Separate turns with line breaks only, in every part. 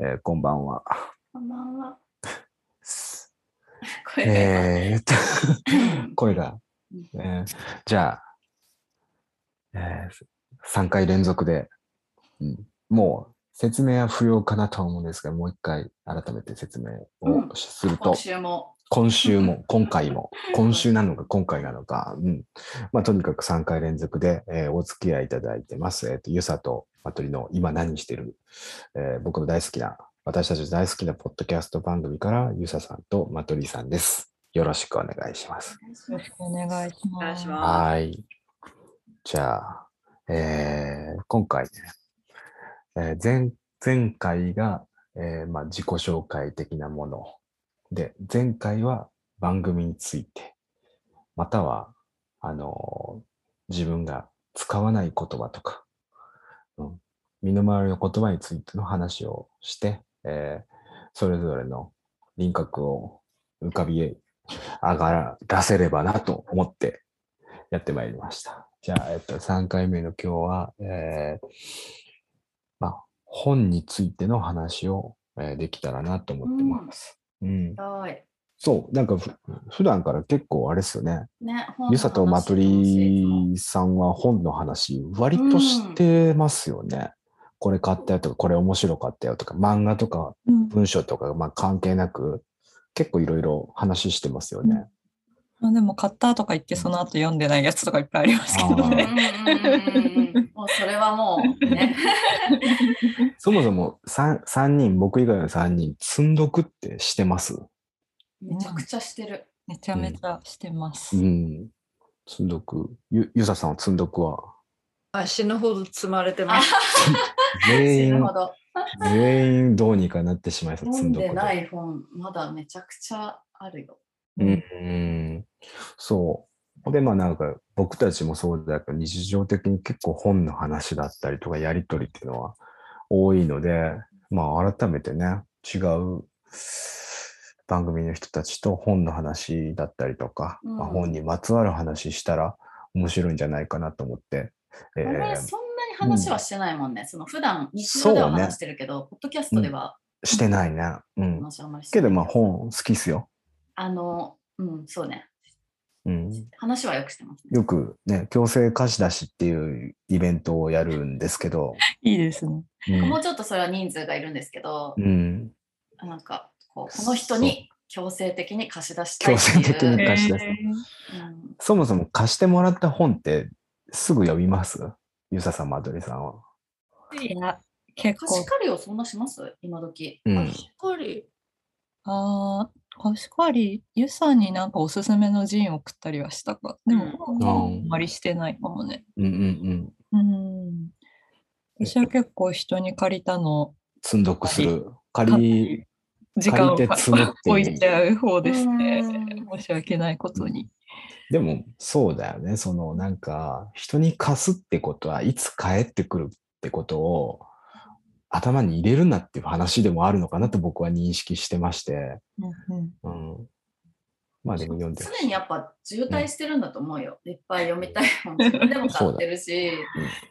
えーこんばんは。
こんばんは。声が、
えーっと、 声が、えーじゃあ、え3回連続で、うんもう説明は不要かなとは思うんですが、もう一回改めて説明をしすると、
今週も。
今週も、今回も、今週なのか、今回なのか、うん。まあ、とにかく3回連続で、えーお付き合いいただいてます。えっ、と、ゆさとまとりの今何してる、えー僕の大好きな、私たち大好きなポッドキャスト番組から、ゆささんとまとりさんです。よろしくお願いします。
よろしくお願いし
お願いし
ま。
ますす
はい。じゃあ、えー今回ね、えー前、前回が、えーまあ、自己紹介的なもの。で、前回は番組について、または、あのー自分が使わない言葉とか、うん、身の回りの言葉についての話をして、えーそれぞれの輪郭を浮かび上がらせればなと思ってやってまいりました。じゃあ、えっと、3回目の今日は、えーまあ、本についての話を、えーできたらなと思ってます。うん
はい。
そう、なんかふ普段から結構あれですよね。
ね、
ゆさとまとりさんは本の話、割としてますよね。これ買ったよとか、これ面白かったよとか、漫画とか
うん
文章とか、まあ関係なく、結構いろいろ話してますよね。
まあ、でも買ったとか言ってその後読んでないやつとかいっぱいありますけど
うんう
ね。
んうんうんうんもうそれはもう ね。
そもそも 3, 三人、僕以外の3人、積んどくってしてます。
めちゃくちゃしてる。
めちゃめちゃしてます。
うん。積んどく。ゆ、ゆささんは積んどくは、
あ死ぬほど積まれてます。
全
死ぬ
員
ほ、ど。
全員どうにかなってしまいそう、積
読
ん
ん
どく
でない本、まだめちゃくちゃあるよ。
うんうん、そう。で、まあなんか僕たちもそうだけど、日常的に結構本の話だったりとかやりとりっていうのは多いので、まあ改めてね、違う番組の人たちと本の話だったりとか、まあ
うん
本にまつわる話したら面白いんじゃないかなと思って、え
あんまり
ー
そんなに話はしてないもんね。その普段日常では
そうね
話してるけど、ポッドキャストでは
してないね。うん。
話あんまりして
け
ない
どまあ本好きっすよ。
あの、うん、そうね。
うん。
話はよくしてますね。
よくね、強制貸し出しっていうイベントをやるんですけど、
いいですね。
うん
もうちょっとそれは人数がいるんですけど、
うん、
なんかこうこの人に強制的に貸し出したい
強
ってい
制
う。
的に貸し出す。
うん
そもそも貸してもらった本ってすぐ読みますゆささん、まどりさんは。
いや結
貸
構
し借りをそんなします今時。
うん
しっかり。
あー貸し借りゆさんになんかおすすめのジンを送ったりはしたかでも、
うん
あんまりしてないかもね。
うんうんうん。
うん私は結構人に借りたの
積んどくする。借り、
時間を
借りて積もって
置いちゃう方ですね。
うん
申し訳ないことに。
でもそうだよね。そのなんか人に貸すってことはいつ帰ってくるってことを頭に入れるなっていう話でもあるのかなと僕は認識してまして。
うんうん
うん。まあでも読んでほしい
常にやっぱ渋滞してるんだと思うよ。いっぱい読みたい本自分でも買ってるし、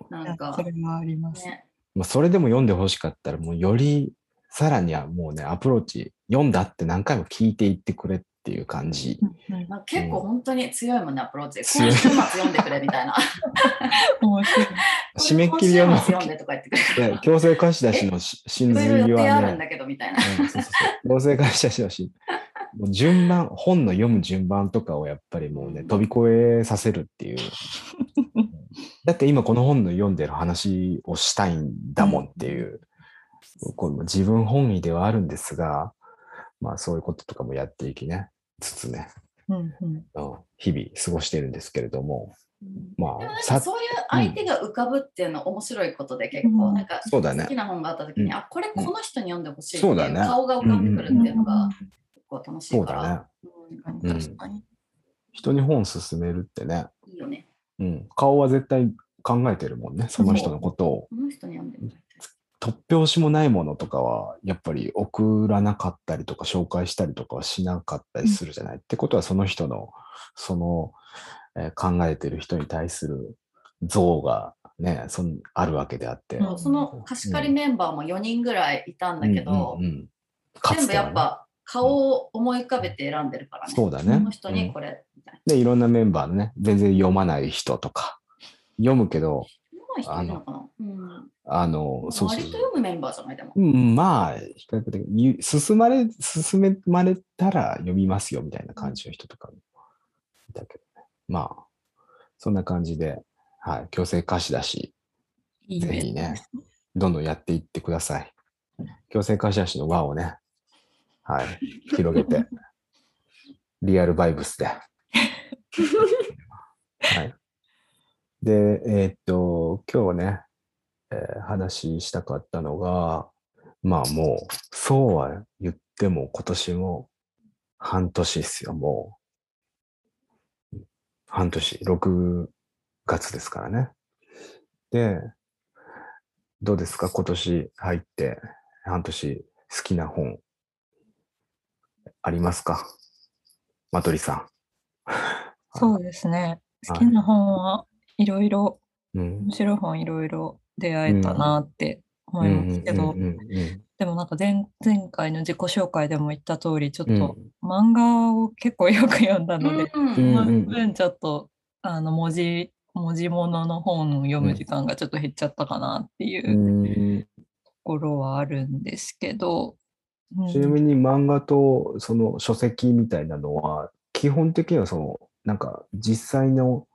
なんか
そ、れはあります。
ね、
まあ、それでも読んでほしかったら、もうよりさらにはもうね、アプローチ、読んだって何回も聞いていってくれっていう感じ。
うんうん
なんか結構本当に強いもんね、アプローチ。
強い
今週末読んでくれみたいな。
面白い。
締め切りは
今
も
週末読んでとか言ってくれ
う、
る
ね。強制貸し出しのし真
いろいろ
髄
予定あ
は
るん
ね、
だけどみたいな。
うんそうそうそう強制貸し出しの真もう順番、本の読む順番とかをやっぱりもうね、飛び越えさせるっていう。だって今この本の読んでる話をしたいんだもんっていう、こう自分本位ではあるんですが、まあそういうこととかもやっていきね、つつね。
うんうん
うん日々過ごしてるんですけれども、ま
でもな
あ、
ん
さ
かそういう相手が浮かぶっていうの面白いことで結構、
うん
なんか
そうだね
好きな本があった時に、
うん
あこれこの人に読んでほしいって
そ
いうう
だね
顔が浮かんでくるっていうの
うん
が結構楽し
そ
いうから、
だね。
うん
うん
確かに。
人に本勧めるってね、
いいよね。
うん、顔は絶対考えてるもんね、その人のことを。
この人に読んでもらいたい。
突拍子もないものとかは、やっぱり送らなかったりとか、紹介したりとかはしなかったりするじゃない。ってことは、その人の、その、えー考えてる人に対する像がね、そんあるわけであって。
うん
その貸し借りメンバーも4人ぐらいいたんだけど、
うんうんうんか
全
つ
部
ては
や
ね
っぱ顔を思い浮かべて選んでるからね。
そうだね
この人にこれみたいな。
で、いろんなメンバーのね、全然読まない人とか、読むけど、
読まない人いるのかなうん。
あの、そうそう
割と読むメンバーじゃないでも。
うんまあ、比較的、ゆ進まれ、進めまれたら読みますよみたいな感じの人とかもいたけどね。まあ、そんな感じで、はい、強制貸し出し、
いい
ぜひね、どんどんやっていってください。強制貸し出しの輪をね、はい、広げ て、リアルバイブスで。はい。で、えーっと、今日ね、えー話したかったのが、まあもう、そうは言っても今年も半年ですよ、もう。半年、6月ですからね。で、どうですか今年入って半年好きな本ありますかマトリさ
そうですね。
は
好
い
きな本はいろいろ、
ん。うん
面白い本いろいろ出会えたなって思いますけど
うん、うんうん
でもなんか前前回の自己紹介でも言った通り、ちょっ
うん
と漫画を結構よく読んだので、
うん
うん
その分ちょっとあの文字文字物の本を読む時間がちょっと減っちゃったかなっていううと
ん
ころはあるんですけど、うん
ちなみに漫画とその書籍みたいなのは基本的にはそのなんか実際の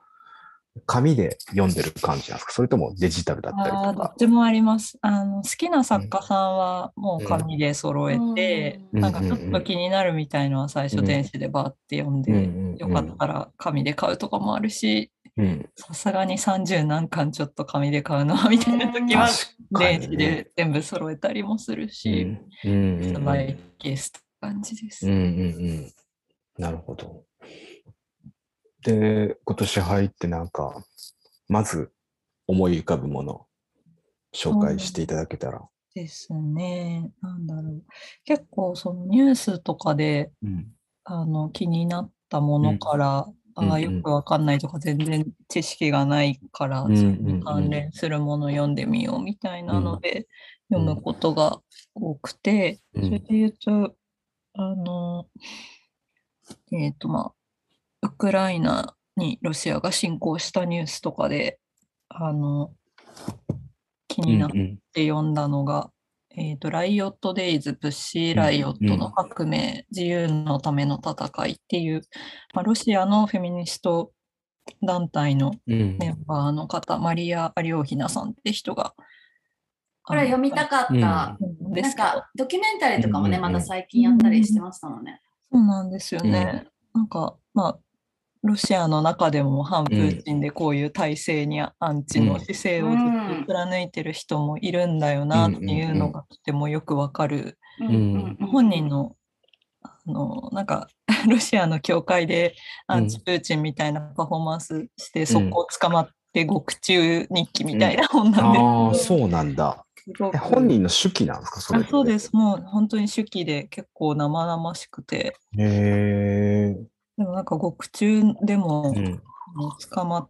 紙で読んでる感じなんですかそれともデジタルだったり
あー
と
どっ
か。
ちもありますあの。好きな作家さんはもう紙で揃えて、
うん
なんかちょっと気になるみたいのは最初
うん
電子でバーって読んで、
うんうん
よかったら紙で買うとかもあるし、
うん、
さすがに30何巻ちょっと紙で買うのはみたいな時は
確か
電
に
子
ね
で全部揃えたりもするし、
うんうんうん
ス
うん
バイケースって感じです。
うんうんうん。なるほど。で、今年入ってなんか、まず思い浮かぶもの、紹介していただけたら。
ですね。なんだろう。結構そのニュースとかで
うん。
あの気になったものから、
うん
あ
う
あ
ん
よくわかんないとか全然知識がないから、
うんうん
それ
うん
に関連するものを読んでみようみたいなので、
うん
読むことが多くて、
う
それ
ん
で言うとあのえっ、とまあウクライナにロシアが侵攻したニュースとかであの気
う
に
ん
なっ
うん
って読んだのが、えーと「ライオット・デイズ・プッシー・ライオットの革命、自由のための戦い」っていう、まあ、ロシアのフェミニスト団体の
うん
メンバーの方、マリア・アリオヒナさんって人が。
これは読みた
く
かった。
うん
で
なん
すけど
かドキュメンタリーとかもね、
うんうんうん
また最近やったりしてましたもんね。
そうなんですよね。なんかまあロシアの中でも反プーチンでこういう体制にアンチの姿勢をずっと貫いてる人もいるんだよなっていうのがとてもよくわかる
うんんうん
本人のあのなんか ロシアの教会でアンチプーチンみたいなパフォーマンスして、そこを捕まって獄中日記みたいな本なんで、
ああ、そうなんだ。
すごく
え本人の手記なんですかそれ
あそうですもう本当に手記で結構生々しくて
へえ。
でもなんか獄中でも、
うん
あの捕まっ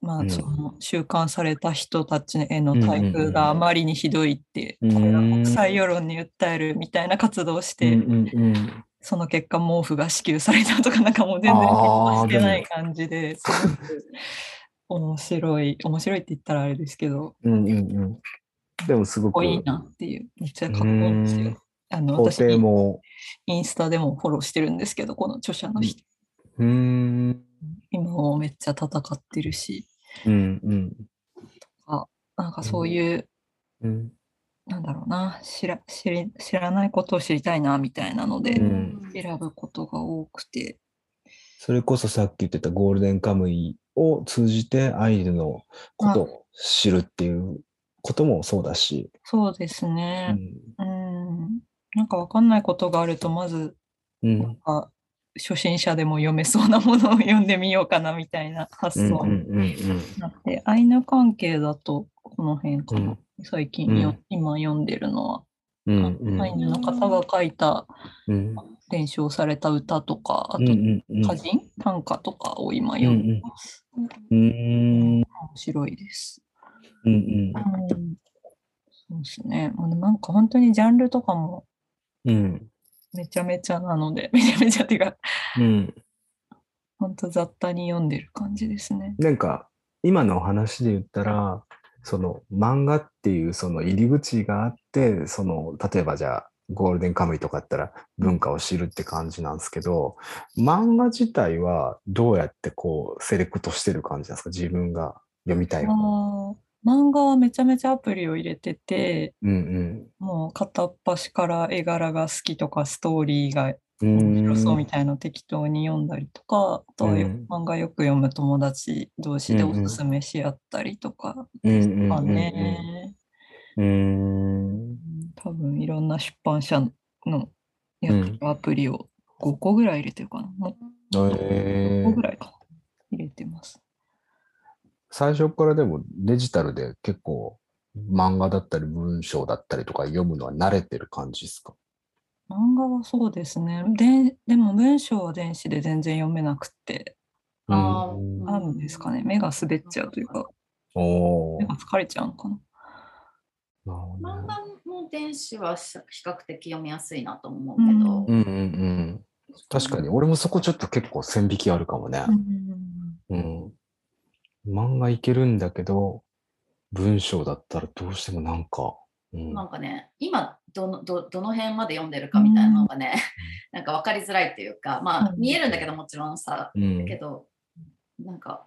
ま
う
あ、
ん
その収監された人たちへの待遇があまりにひどいって、
うん
これが国際世論に訴えるみたいな活動をして、
うんうんうん
その結果毛布が支給されたとかなんかもう全然結婚してない感じですごく面白い面白いって言ったらあれですけど
うんうんうんでもすご
かっこ
く
いいなっていうめっちゃかっこいいんです
うん
よ。あの
肯
私
定も。
インスタでもフォローしてるんですけどこの著者の人、
うーん
今もめっちゃ戦ってるし
うんうん
なんかそういう、
うん
なんだろうな知ら知り知らないことを知りたいなみたいなので
うん
選ぶことが多くて、
それこそさっき言ってたゴールデンカムイを通じてアイヌのことを知るっていうこともそうだし、
そうです
う
ね。
ん
うん、なんかわかんないことがあるとまず
う
なん
ん
か初心者でも読めそうなものを読んでみようかなみたいな
うん
発
うん
想に
うん
なって、アイヌ関係だとこの辺かな、最近よ、
うん
今読んでるのは、
うんうんうん
アイヌの方が書いた
うん
伝承された歌とかあ
う
と
んうんうん
歌人、短歌とかを今読んでます、
うん
面白いです。
うんうん
うんそうですね。あのなんか本当にジャンルとかも
うん
めちゃめちゃなので、め ちゃめちゃっていうか、
うん
本当雑多に読んでる感じですね。
なんか今のお話で言ったらその漫画っていうその入り口があってその例えばじゃあゴールデンカムイとかだったら文化を知るって感じなんですけど漫画自体はどうやってこうセレクトしてる感じなんですか自分が読みたい
あ
本。
ー漫画はめちゃめちゃアプリを入れてて、
うん
もう片っ端から絵柄が好きとかストーリーが
うん、
面白そうみ
た
たいなの適当に読んだりとか、あとはよ
うん
漫画よく読む友達同士で
うん
お
うん
すすめし合ったりとか
い
です
な
かね。
うんうん
うん多分いろんな出版社のやってるアプリを5個ぐらい入れてるかな。も
うんうん
う
え
5個ぐ
ー
らいかな。入れてます。
最初からでもデジタルで結構漫画だったり文章だったりとか読むのは慣れてる感じですか
漫画はそうですね。ででも文章は電子で全然読めなくて、
あー
うん
うん
なんですかね、目が滑っちゃうというか、
おー
目が疲れちゃうのかな。
なるほど
漫
ね
画の電子はし比較的読みやすいなと思う
う
け
ん
ど、
うんうんうん。確かに、俺もそこちょっと結構線引きあるかもね。うん。漫画いけるんだけど、文章だったらどうしてもなんか、うん。
なんかね今どのどどの辺まで読んでるかみたいなのがね、なんか分かりづらいっていうかまあ
うん
見えるんだけどもちろんさ
うん
けどなんか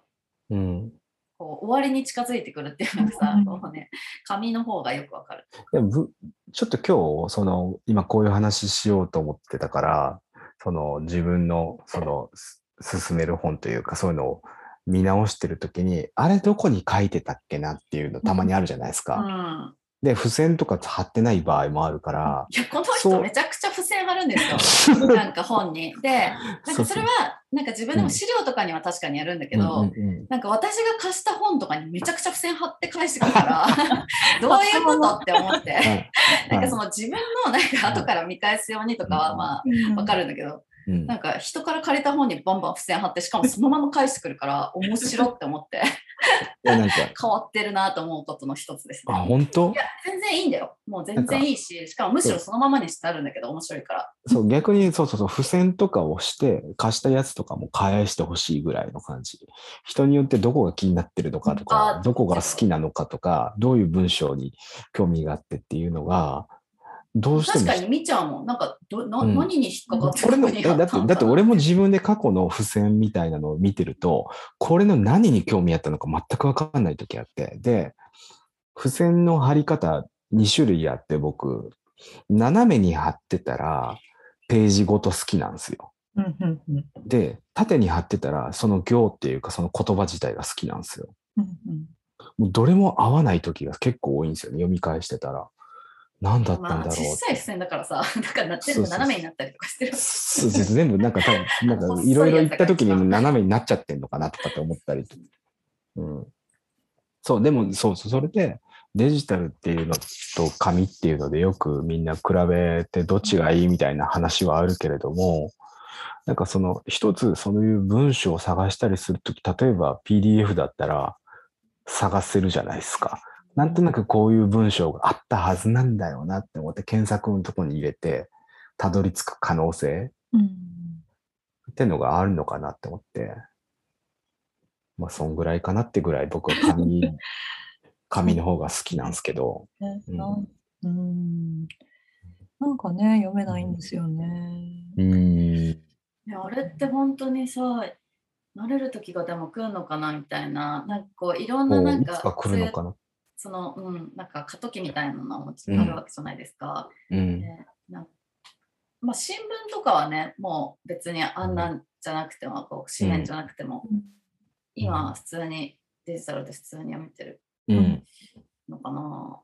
うん、
こう終わりに近づいてくるっていうのが
う
さ
ん
こう、ね、紙の方がよく分かる。
でもぶちょっと今日その今こういう話しようと思ってたからその自分のそのす進める本というかそういうのを見直してる時にあれどこに書いてたっけなっていうのたまにあるじゃないです
う
か。
ん、
で付箋とか貼ってない場合もあるから。
いやこの
そ
人
う
めちゃくちゃ付箋貼るんです よなんか本に。でなんかそれはなんか自分でも資料とかには確かにやるんだけど、
うんうんうん
なんか私が貸した本とかにめちゃくちゃ付箋貼って返してくるから どういうことって思って
はい
なんかその自分のなんか後から見返すようにとか
う
は
ん
まあわ
わ
かるんだけど
うん
なんか人から借りた本にバンバン付箋貼ってしかもそのまま返してくるから面白って思って
いやなんか
変わってるなと思うことの一つです
あ
ね。
本当
いや全然いいんだよもう全然いいししかもむしろそのままにしてあるんだけど面白いから。
そう逆にそうそうそう付箋とかをして貸したやつとかも返してほしいぐらいの感じ人によってどこが気になってるのかとか
あ
どこが好きなのかとかどういう文章に興味があってっていうのがどうして
確
も
かに見ちゃうもん。なんかどな、
うん
何に引っかかって
俺の
何
え
があ
だ
っ
ったて
ん
だって俺
ろ
も自分で過去の付箋みたいなのを見てるとこれの何に興味あったのか全く分かんない時あってで付箋の貼り方2種類あって僕斜めに貼ってたらページごと好きなんですよ。
うんうんうん
で、縦に貼ってたら、その行っていうか、その言葉自体が好きなんですよ。
うんうん
もうどれも合わない時が結構多いんですよね、読み返してたら。何だったんだ
まあ、
ろうって。
小さい付箋だからさ、 だからな全部斜めになったりとかしてる。
そうそう全部なんか多分、なんかいろいろ言った時にも斜めになっちゃってんのかなとかって思ったり。うん。そう、でもそうそう、それでデジタルっていうのと紙っていうのでよくみんな比べてどっちがいいみたいな話はあるけれども、なんかその一つそういう文章を探したりするとき、例えば PDF だったら探せるじゃないですか。なんとなくこういう文章があったはずなんだよなって思って検索のとこに入れて、たどり着く可能性
うん
ってのがあるのかなって思って、まあ、そんぐらいかなってぐらい僕は紙、紙の方が好きなんですけど、
ね
うん
なんうんなんかね、読めないんですよね。
うん、
いやあれって本当にさ、慣れる時がでも来るのかなみたいな、なんかこういろんな
もう
なん
い
か、
つか来るのかな。
その、うん、なんか過渡期みたいなのもあるわけじゃないですか。
うん、
ねなんまあ、新聞とかはね、もう別にあんなんじゃなくても、こう紙面じゃなくても、
うん
今は普通にデジタルで普通に読めてる
うん、
のかな。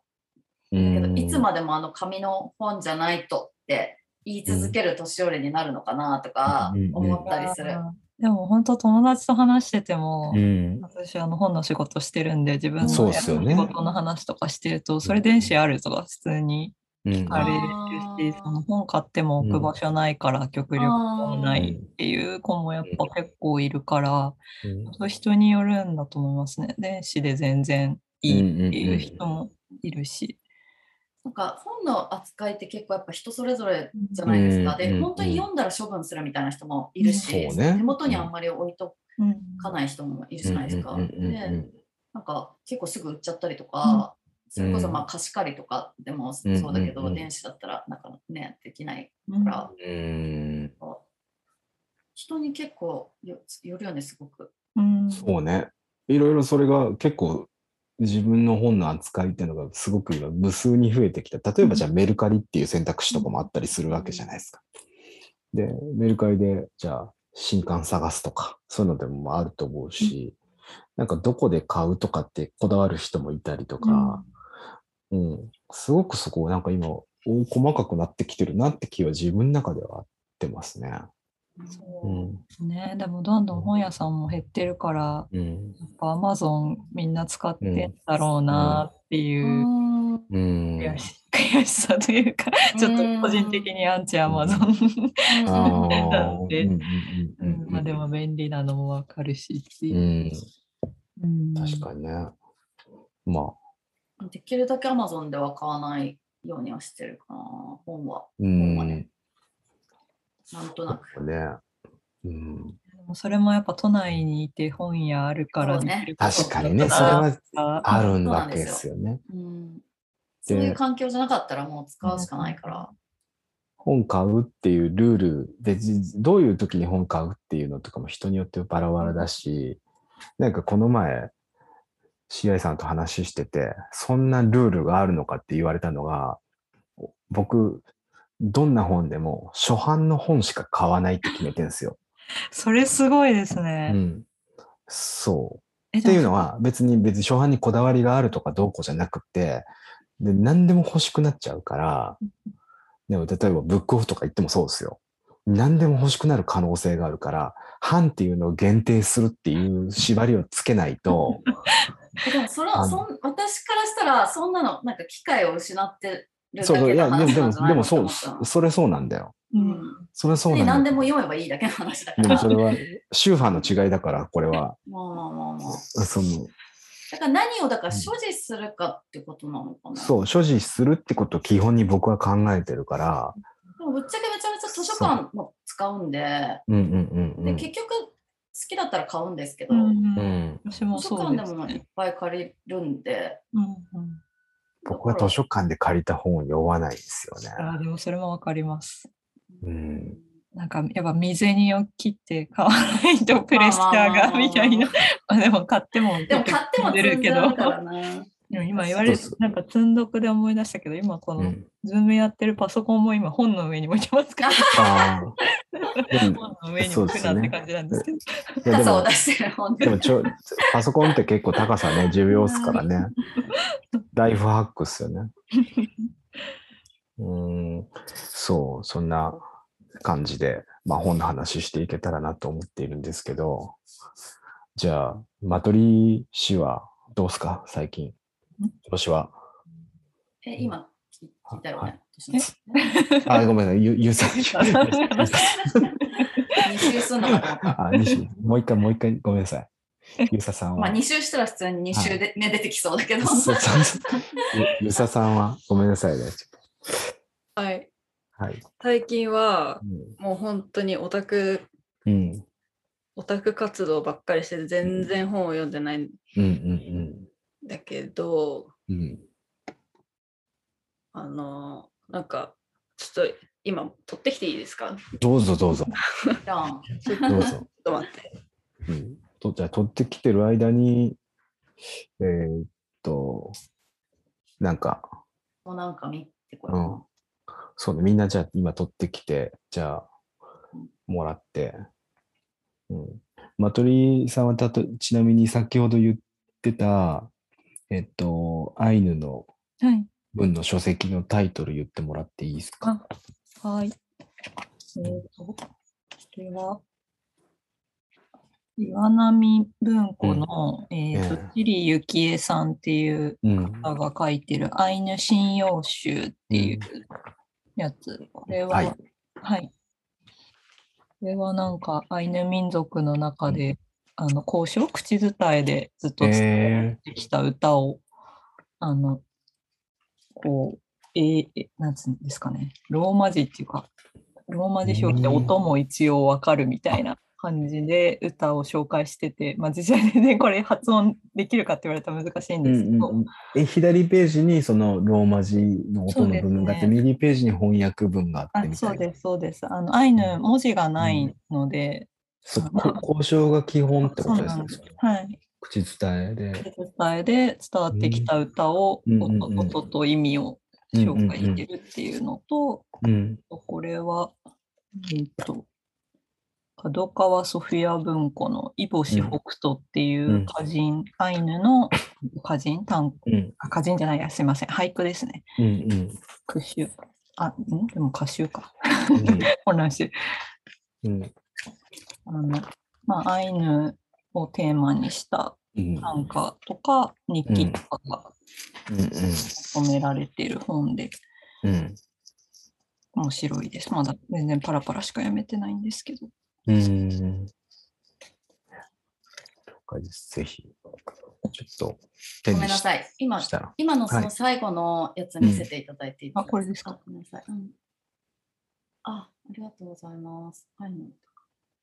う
だけど
ん。
いつまでもあの紙の本じゃないとって言い続ける年寄りになるのかなとか
うん
思ったりする。
あーでも本当友達と話してても、
うん、
私あの本の仕事してるんで自分の
そう
や
っすよ
る
ね
仕事の話とかしてると、それ電子あるとか普通に
うん。
あれるし
あー
その本買っても置く場所ないから極力本ないっていう子もやっぱ結構いるから、
うん
本当人によるんだと思いますね電子で全然いいっていう人もいるし。
なんか本の扱いって結構やっぱ人それぞれじゃないですか。
うんうんうん
で、本当に読んだら処分するみたいな人もいるし、
うんそうね
手元にあんまり置いと
うん
かない人もいるじゃないですか。
うんうんうんうんうん
で、なんか結構すぐ売っちゃったりとか、それこそまあ貸し借りとかでもそうだけど、
うんうんうん
電子だったらなんかね、できない
うん
から、
うん
人に結構よよるよね、すごく。
うん
そうね。いろいろそれが結構自分の本の扱いっていうのがすごく今無数に増えてきた。例えばじゃあメルカリっていう選択肢とかもあったりするわけじゃないですか。で、メルカリでじゃあ新刊探すとか、そういうのでもあると思うし、なんかどこで買うとかってこだわる人もいたりとか、うん、すごくそこなんか今大細かくなってきてるなって気は自分の中ではあってますね。う
そ
ん。
ね、でもどんどん本屋さんも減ってるから、
うん。
やっぱアマゾンみんな使ってんだろうなっ
う
ていう
うん。
悔し,、 悔しさというか、ちょっと個人的にアンチアマゾン。
あ
なん
ー
で
うんうんう
うん
んうん
まあでも便利なのもわかるしって
う、
いうんうん
確かにね。まあ、
できるだけ Amazon では買わないようにはしてるかな、本は。
うん。
ほんま
ね
ねなんとなく。
うん、
でもそれもやっぱ都内にいて本屋あるから
そうね
できること
確かにね、
だ
それは
から
あるわけですよね。
うんそういう環境じゃなかったらもう使うしかないから。
本買うっていうルールで、じどういう時に本買うっていうのとかも人によってバラバラだし、なんかこの前、CI さんと話してて、そんなルールがあるのかって言われたのが、僕、どんな本でも初版の本しか買わないって決めてるんですよ。
それすごいです
う
ね。
ん、そう。
え
っていう
で
の
も
は別に別に初版にこだわりがあるとかどうこうじゃなくてで何でも欲しくなっちゃうからでも例えばブックオフとか行ってもそうですよ何でも欲しくなる可能性があるから版っていうのを限定するっていう縛りをつけないと
でもそれ
あの
そん私からしたらそんなのなんか機会を失ってるだ
そうそう
け
いや
の
でも
話
で
なん
も
じゃない
で
のって思
もそう
ったの。
それそうなんだよ
うん
それそう
で
なん
何
だ
で
よ
も読めばいいだけの話だか
でも
ら。
それは宗派の違いだからこれは
まあまあまあまあ。
その
だから何をだから所持するかってことなのかな。
そう所持するってことを基本に僕は考えてるから
でもぶっちゃけめちゃめちゃ図書館も使うんで、
うんうんうんう
で
ん
結局好きだったら買うんですけど、
うん
うん
私も
図書
そ
館
うで
ですもい
ね
っ。ぱい借りるんで。
うんうん
僕は図書館で借りた本を読まないんですよね。
あーでもそれもわかります。
うん
なんかやっぱ身銭を切って買わないとプレッシャーがみたいな。まあでも買っても
でも買っても
出
積
る
んじ
け
ゃ
ど
うか。らな。
でも今言われる
そうそう
なんか積んどくで思い出したけど今こ
う
の
ん、
ズームやってるパソコンも今本の上に置いてますから
あーでも
本の上に置くなって感じなんですけど。
いやで
傘を
も
出してる本
でもちょパソコンって結構高さね重要っすからね。ライフハックっすよね。うんそうそんな感じで、まあ、本の話していけたらなと思っているんですけどじゃあマトリ氏はどうっすか最近今年は。
え、今聞いたよね。
あごめんなさいゆゆうさん。
2周すんのかと思った。
あ、西もう一回、もう一回、ごめんなさい。ゆささんは。
まあ2周したら普通に2周で目出てきそうだけど。
そうそうそうゆゆささんは、ごめんなさいね。ちょっ
はい。
とはい。
最近は
うん
もう本当にオタク、
うん。
オタク活動ばっかりしてて全然本を読んでないん
うんうん
だけど、
うん。うん。
あの、なんか、ちょっと今取ってきていいですか
どうぞどうぞ。
じゃあ
ちょっとちょ
どう
っ
ぞ。
と待って。
うん、とじゃあ、取ってきてる間に、えーっと、なんか、
もうなんか見てこ
う
よ
ん。そうね、みんなじゃあ今取ってきて、じゃあ、もらって。うん。マトリさんはたと、ちなみに先ほど言ってた、えっと、アイヌの
はい。
文の書籍のタイトル言ってもらっていいですか
あはい。えーと、これは、岩波文庫の、えーと
ええ、
チリユキエさんっていう
うん。
方が書いてるアイヌ信用集っていうやつ。これは、
は
はいい。これはなんかアイヌ民族の中で、あの、交渉、口伝えでずっと伝え
え
てきた歌をあの、こう、ええなんつうんですかね、ローマ字っていうか、ローマ字表記で音も一応わかるみたいな感じで歌を紹介してて、まあ、実際全然これ発音できるかって言われたら難しいんですけど、
うんうんうんえ左ページにそのローマ字の音の部分があって、
そうです
右ページに翻訳文があって
あ
みた
そ
いうな。
です、そうです。あの、アイヌ文字がないので、
そこ交渉が基本ってことです
そう
ね
なん。ですはい。
口伝えで。
伝えで伝わってきた歌を、
うん
音
うんうんうん
音と意味を紹介してるっていうのと、
うん。
これは、えっと、角川ソフィア文庫のイボシ北斗ってい
うん
う歌人、アイヌの歌人、単
うん。
あ歌人じゃないや、すいません、俳句ですね。
うん。うん。
句集。あ、んでも歌集か。
うん
混乱してる
うん。
あの、まあ、アイヌをテーマにした
うん。
短歌とか日記とかがまとめられている本で
うん。
面白いです。まだ全然パラパラしか読めてないんですけど。
うん。了解です。ぜひ。ちょっと、手
ご
に
めんな
し
さい。今、
したら。
今のそ
はい
の最後のやつ見せていただいていい
あ、これですか。
あごめんなさい。うんあ、ありがとうございます。はい。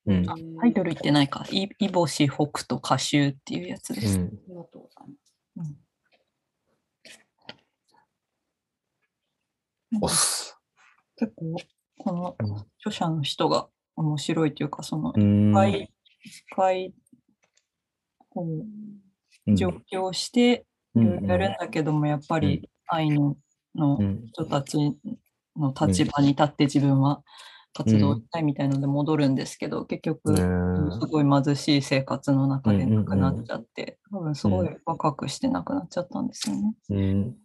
うん。
あ
う
タイトル言ってないか。いいぼし北斗歌集っていうやつです。
ん
ありがとうございます。
うん
押す。
結構、この
うん
著者の人が面白いというか、その
う、ん。
深い、深い、こ
う
う、
ん
上京して、
う
い
ん
ろいろやるんだけども、やっぱり、アイヌの
うん
人たちの立場に立って自分は活動したいみたいので戻るんですけど、結局、
ねえ
すごい貧しい生活の中で
うんうんう
亡
ん
くなっちゃって、多分すごい若くして亡くなっちゃったんですよね。
うん。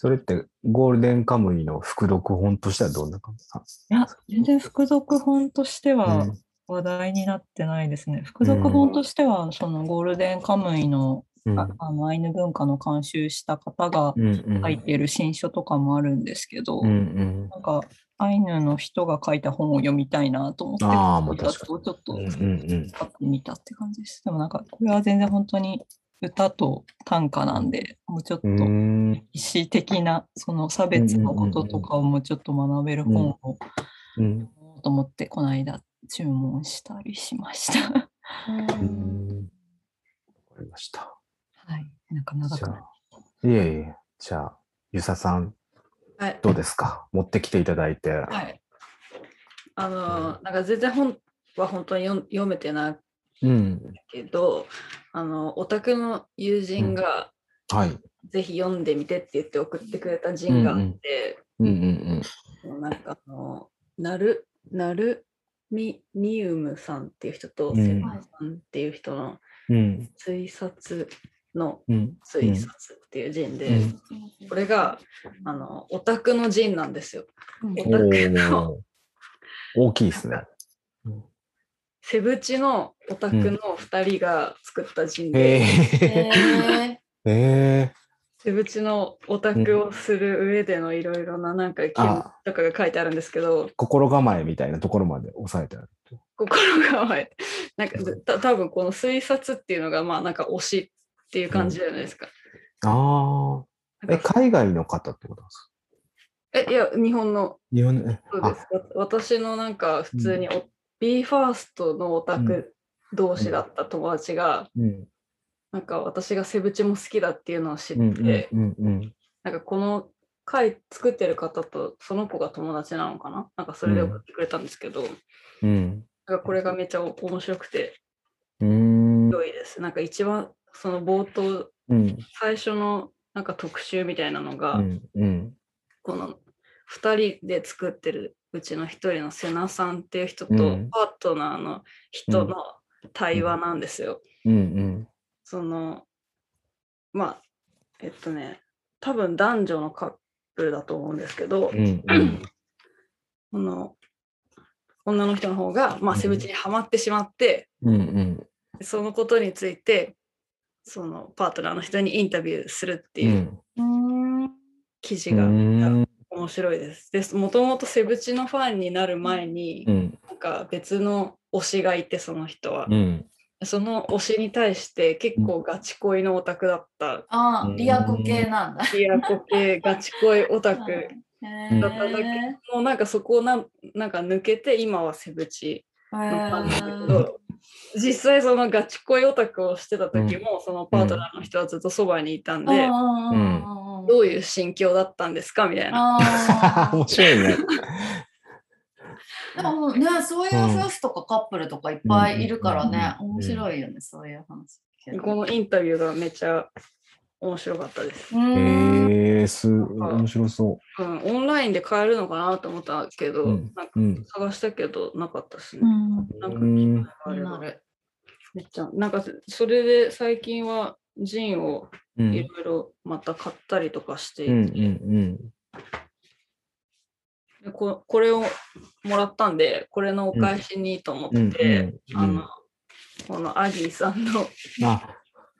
それって、ゴールデンカムイの副読本としてはどんな感じあ
いや、全然副読本としては
うん
話題になってないですね。副読本としては、そのゴールデンカムイの,、
うん
ああのアイヌ文化の監修した方が
うんうん
書いている新書とかもあるんですけど、
うんうん
なんかアイヌの人が書いた本を読みたいなと思って、
ああもう
ちょっ
確か
とちょっと
うんう
買
んうん
ってみたって感じです。でもなんかこれは全然本当に歌と短歌なんで、もうちょっと
うーん
意思的なその差別のこととかをもうちょっと学べる本を
うん
と思ってこの間注文したりしました。
うーんわかりました。
はい。なんか長
じゃ
くなる
あ、いえいえ、じゃあ、ゆささん、
はい
どうですか持ってきていただいて。
はい。あのーなんか全然本は本当に読読めてない
うん。
けど、あのオタクの友人が
はい。
ぜひ読んでみてって言って送ってくれた人があって、
うんうん
なんかあのなるなるみニウムさんっていう人と、
うん
セバさんっていう人の
うん。うん
推察の
うん。
推察っていう陣で、
うん
これがあのオタクの陣なんですよ。
うん
え
おー大きいですね。
セブチのオタクの2人が作った陣で、
え
え
ー、
ー
え
セブチのオタクをする上でのいろいろななんか気持ち
あ
とかが書いてあるんですけど、
心構えみたいなところまで押さえてある。
心構え、なんかずた多分この推察っていうのがまあなんか推しっていう感じじゃないですか。
ああ。
な
え、
んか
海外の方ってことですか
えいや、日本の
日本の、え
そうで
あ、
す。わ私のなんか普通にお、BE:FIRST のオタク同士だった友達が、
うん。
なんか私がセブチも好きだっていうのを知って、
うんうんうんうん。
なんかこの回作ってる方とその子が友達なのかななんかそれで送ってくれたんですけど、
うん。
なんかこれがめっちゃ面白くて
うーん。
良いです。なんか一番その冒頭
うん。
最初のなんか特集みたいなのが、
うん。うん。
この2人で作ってるうちの1人の瀬名さんっていう人と
うん
パートナーの
う
人
ん
の対話なんですよ。
うん。
そのまあえっとね多分男女のカップルだと思うんですけど、
うん。うん。
この女の人の方が、まあ、
うん
セブチにはまってしまって、
うん。
そのことについてそのパートナーの人にインタビューするって
う。
いう
う
ん
ん
記事
う
が
ん。
面白いです。ですもともとセブチのファンになる前に、
うん。
なんか別の推しがいてその人は、
うん。
その推しに対して結構ガチ恋のオタクだった。
ああ、リアコ系なんだ。
リアコ系ガチ恋オタク。
へー
だ
っただけもうなんかそこをなんなんか抜けて今はセブチのパンだけ
へー
ど、実際そのガチ恋オタクをしてた時もそのパートナーの人はずっとそばにいたんで、
うんうんうんうん
どういう心境だったんですかみたいな。
あー
面白いね。
でももうね、そういう夫婦とかカップルとかいっぱいいるからね、
うんうんうんうん
面白いよね、そういう話聞ける。
このインタビューがめちゃ面白かったです。
うーん
えー、す、面白そ
うん、オンラインで買えるのかなと思ったけど、
うん
なんか
う。うん。
探したけどなかったしね。
うん
なんか
うん
あれは
なる。
めっちゃなんかそれで最近はジンを
う
い
ん
ろいろまた買ったりとかしてい
うんう
て、
ん
でここれをもらったんでこれのお返しにと思
うん。うん
っ。て、
う
あ
ん
のこのアギーさんの
あ、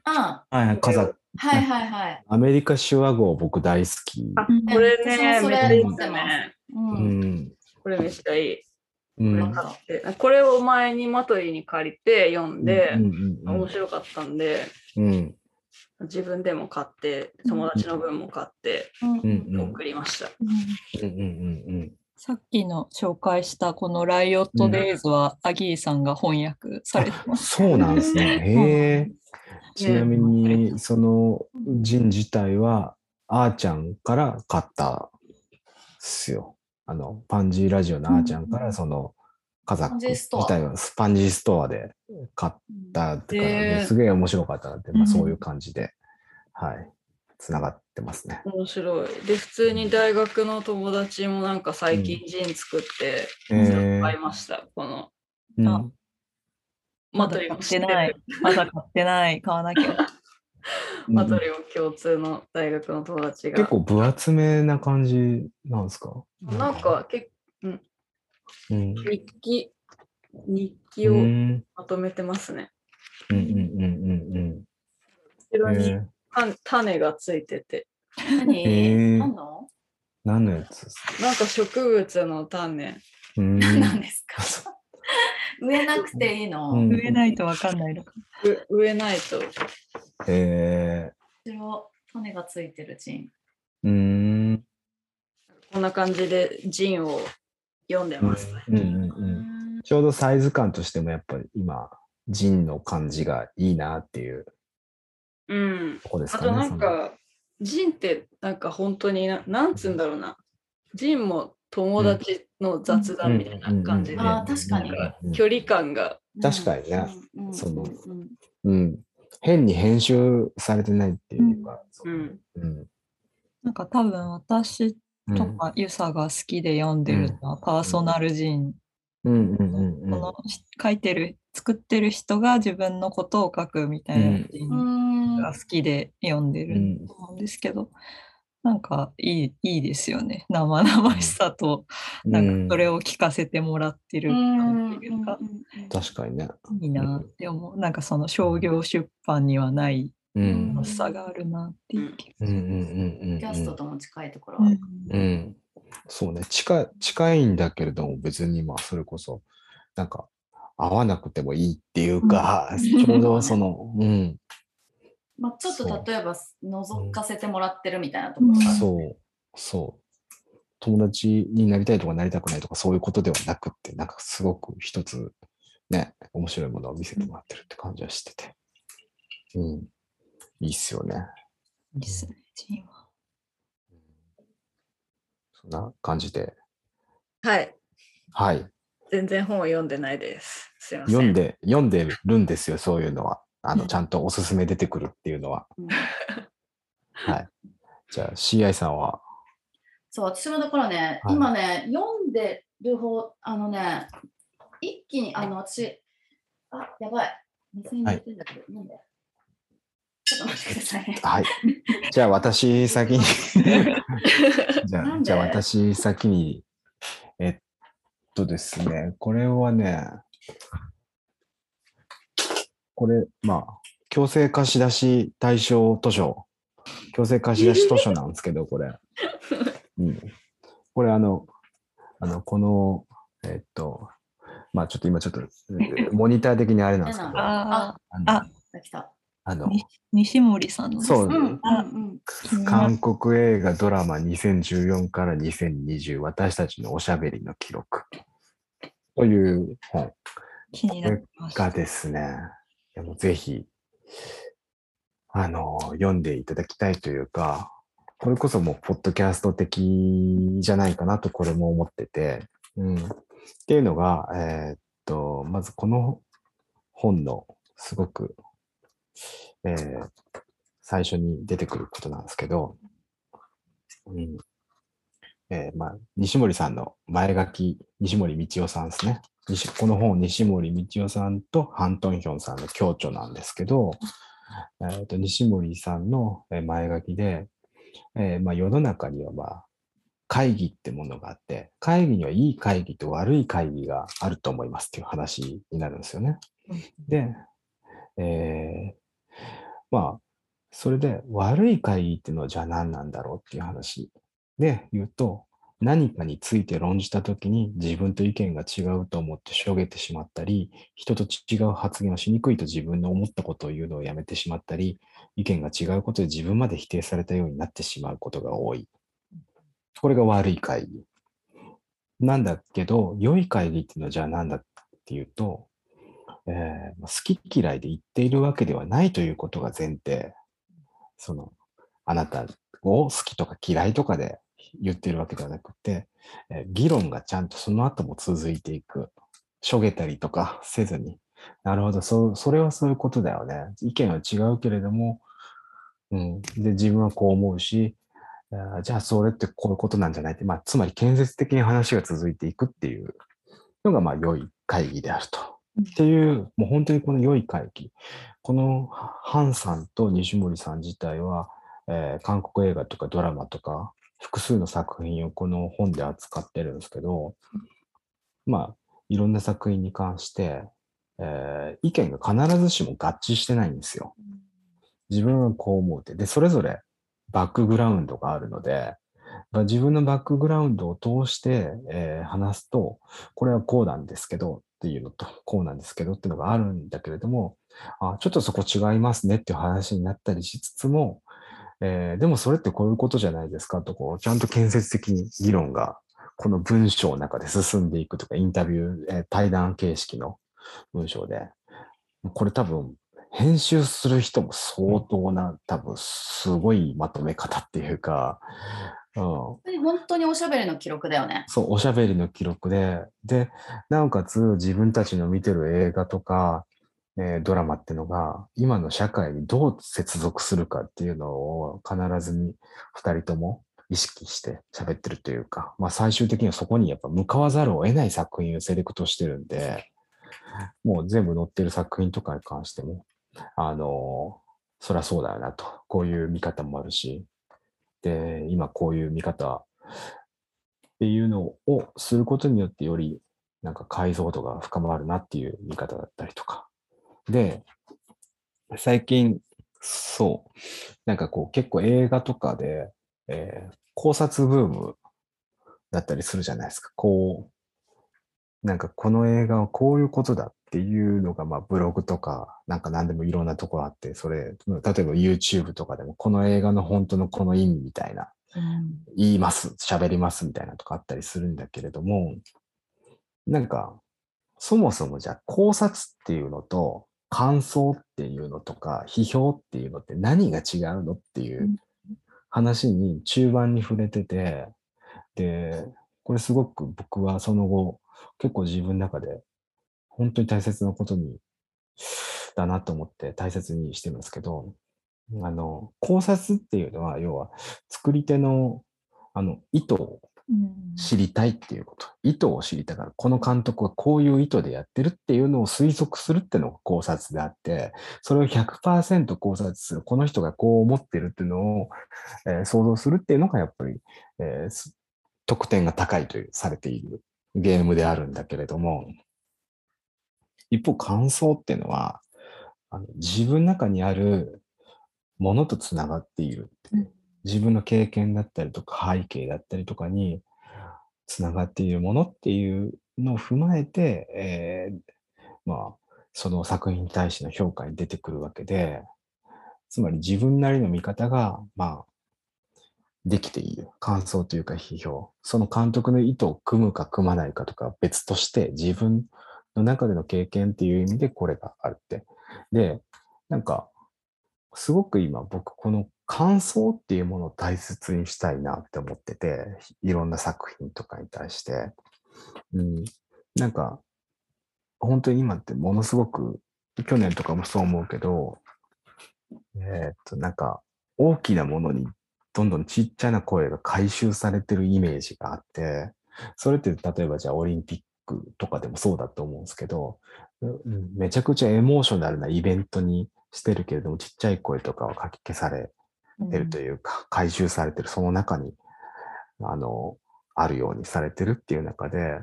あ
はいはい、カザフ
はいはいはい。
アメリカ手話号僕大好き。
あ
うん
これね
私もそ
め
れ
っちゃいい
持
で
っ
す
てます
よね
う。
うんん。
これめっちゃいい、
うん。
うん
買ってこれを前にマトイに借りて読んで、
うん
面白かったんで
うんうん。
自分でも買って友達の分も買って
うん
うんうん
送りました、
うん
うんうんうんうん。
さっきの紹介したこの「ライオット・デイズ」はアギーさんが翻訳されてます。
そうなんですね。へえ。ちなみに、そのジン自体は、あーちゃんから買ったっすよ。あの、パンジーラジオのあーちゃんから、その、カザッ
パ
ク
ンジース
自
トア
体はスパンジーストアで買ったってから、
へー
すげえ面白かったなって、ま
う
あ
ん
そういう感じで、はい、つながってますね。
面白いで普通に大学の友達もなんか最近ジン作って
うん
それを買いました、この
うん
あ
マ
だ
トリ
買
も
っ
知
て
って
ない
る。
まだ買ってない。買わなきゃ。
マトリも共通の大学の友達が
結構分厚めな感じなんですか
なん、か結
うん、
構日記日記
う
を
ん
まとめてますね、
うんうんうんうんう
後ろ
ん。
に
えー
種種がついてて
何、
へー
何の
何のやつですか
なんか植物の種
うーん
なんですか植えなくていいの、
うん
植 えないとわかんないのか。
う植えないと
え
後ろ種がついてるジン。
ー、うーん。
こんな感じでジンを読んでます、
うんうんうんちょうどサイズ感としてもやっぱり今、ジンの感じがいいなっていう
うん
とこです
あ
かね。
となんか、ジンってなんか本当にな、なんつうんだろうな。ジンも友達の雑
その、
談みたいな感じで
うん、あー確かに
に
距離感が、
確かにね
うんうん
その
うん
うん。変に編集されてないっていうか。
うん、
うん。
なんか多分私
うん。
とかユサが好きで読んでるのはパーソナルジン。
うんうんうんうん。
この書いてる作ってる人が自分のことを書くみたいなジ
うん
ンが好きで読んで
う
る
ん
と思うんですけど、なんかいいいいですよね生々しさとなんかそれ
を。
を聞かせてもらってる
うん
感っていうか、
確かにね。
いいなって思うなんかその商業出版にはない
うんん。
楽しさがあるなっていう気
うんうんうんうん。
キャストとも近いところ
が、
はある。
うん。そうね。近い、近いんだけれども、別にまあ、それこそ、なんか、合わなくてもいいっていうか、ちょうどそ の、うん、
まあ、ちょっ
そう
と例えば覗かせてもらってるみたいなところがある。
そう、そう。友達になりたいとかなりたくないとか、そういうことではなくって、なんかすごく一つ、ね、面白いものを見せてもらってるって感じはしてて。うん。いいっすよね。
いいですねジンは
そんな感じで。
はい。
はい。
全然本を読んでないです。すいません。
読んで、読んでるんですよ、そういうのは。あ
う
の、
ん
ちゃんとおすすめ出てくるっていうのは。
うん
はい。じゃあ、CI さんは、
そう、私もだからね、
はい
今ね、読んでる方、あのね、一気に、あの、私、あ、やばい、2000
は
円
い
出てんだけど、なんでちょっと待ってくださいね。
はい。じゃあ、私 先にじゃ
な
あ、
んで
じゃあ私先に、えっとですね、これはね、これ、まあ、強制貸し出し対象図書、強制貸し出し図書なんですけど、これ。うん、これ、あの、あの、この、えっと、まあちょっと今ちょっと、モニター的にあれなんですけど、あ
あ
の
あ、
来た。
あの
ーに西森さんのです
そう
うんうんうん。
韓国映画ドラマ2014から2020私たちのおしゃべりの記録という本
気になってました
が。ですね、いやもうぜひ、あの、読んでいただきたいというか、これこそもう、ポッドキャスト的じゃないかなと、これも思ってて、うん。っていうのが、えーっと、まずこの本の、すごく、えー最初に出てくることなんですけど、うん。えーまあ、西森さんの前書き、西森道夫さんですね。西この本、西森道夫さんとハン・トンヒョンさんの共著なんですけど、えーと西森さんのえー前書きで、えーまあ、世の中には、まあ、会議ってものがあって、会議にはいい会議と悪い会議があると思いますっていう話になるんですよね。で、えーまあ、それで悪い会議っていうのはじゃあ何なんだろうっていう話で言うと、何かについて論じたときに自分と意見が違うと思ってしょげてしまったり、人と違う発言をしにくいと自分の思ったことを言うのをやめてしまったり、意見が違うことで自分まで否定されたようになってしまうことが多い。これが悪い会議。なんだけど、良い会議っていうのはじゃあ何だっていうと、えー好き嫌いで言っているわけではないということが前提。その、あなたを好きとか嫌いとかで言ってるわけではなくて、えー議論がちゃんとその後も続いていく。しょげたりとかせずに。なるほど、そう、それはそういうことだよね。意見は違うけれども、うん。で、自分はこう思うし、あーじゃあそれってこういうことなんじゃないって、まあ、つまり建設的に話が続いていくっていうのが、まあ、良い会議であると。っていう、もう本当にこの良い会議。このハンさんと西森さん自体は、えー韓国映画とかドラマとか、複数の作品をこの本で扱ってるんですけど、まあ、いろんな作品に関して、えー意見が必ずしも合致してないんですよ。自分はこう思うって。で、それぞれバックグラウンドがあるので、まあ自分のバックグラウンドを通して、えー話すと、これはこうなんですけどっていうのと、こうなんですけどっていうのがあるんだけれども、あちょっとそこ違いますねっていう話になったりしつつも、えーでもそれってこういうことじゃないですかとこう、ちゃんと建設的に議論がこの文章の中で進んでいくとか、インタビュー、えー対談形式の文章で、これ多分、編集する人も相当な、多分、すごいまとめ方っていうか、うん、
本当におしゃべりの記録だよ ね。
そう、おしゃべりの記録で、で、なおかつ自分たちの見てる映画とか、えードラマってのが、今の社会にどう接続するかっていうのを必ずに2人とも意識して喋ってるというか、まあ最終的にはそこにやっぱ向かわざるを得ない作品をセレクトしてるんで、もう全部載ってる作品とかに関しても、あのーそりゃそうだよなと、こういう見方もあるし、で、今こういう見方っていうのをすることによってよりなんか解像度が深まるなっていう見方だったりとか。で、最近、そう、なんかこう結構映画とかで、えー考察ブームだったりするじゃないですか。こう、なんかこの映画はこういうことだっていうのが、まあブログとか、なんか何でもいろんなところあって、それ、例えば YouTube とかでも、この映画の本当のこの意味みたいな
うん
言います、喋りますみたいなとかあったりするんだけれども、なんか、そもそもじゃあ考察っていうのと、感想っていうのとか、批評っていうのって何が違うのっていううん話に中盤に触れてて、で、これすごく僕はその後、結構自分の中で本当に大切なことに、だなと思って大切にしてるんですけど、あの、考察っていうのは、要は作り手のあの意図を
うん
知りたいっていうこと、意図を知りたから、この監督はこういう意図でやってるっていうのを推測するっていうのが考察であって、それを100%考察する、この人がこう思ってるっていうのを、えー想像するっていうのがやっぱり、えーす得点が高いというされているゲームであるんだけれども、一方、感想っていうのは、あの自分の中にあるものとつながっているっていう。自分の経験だったりとか背景だったりとかにつながっているものっていうのを踏まえて、えーまあ、その作品に対しての評価に出てくるわけで、つまり自分なりの見方が、まあ、できている感想というか批評、その監督の意図を組むか組まないかとかは別として自分の中での経験っていう意味でこれがあるって。で、なんか、すごく今僕この感想っていうものを大切にしたいなって思ってて、いろんな作品とかに対して。うん、なんか、本当に今ってものすごく、去年とかもそう思うけど、えー、っと、なんか、大きなものにどんどんちっちゃな声が回収されてるイメージがあって、それって例えばじゃあオリンピックとかでもそうだと思うんですけど、めちゃくちゃエモーショナルなイベントにしてるけれども、ちっちゃい声とかはかき消されてるというか、回収されてる、その中に、あの、あるようにされてるっていう中で、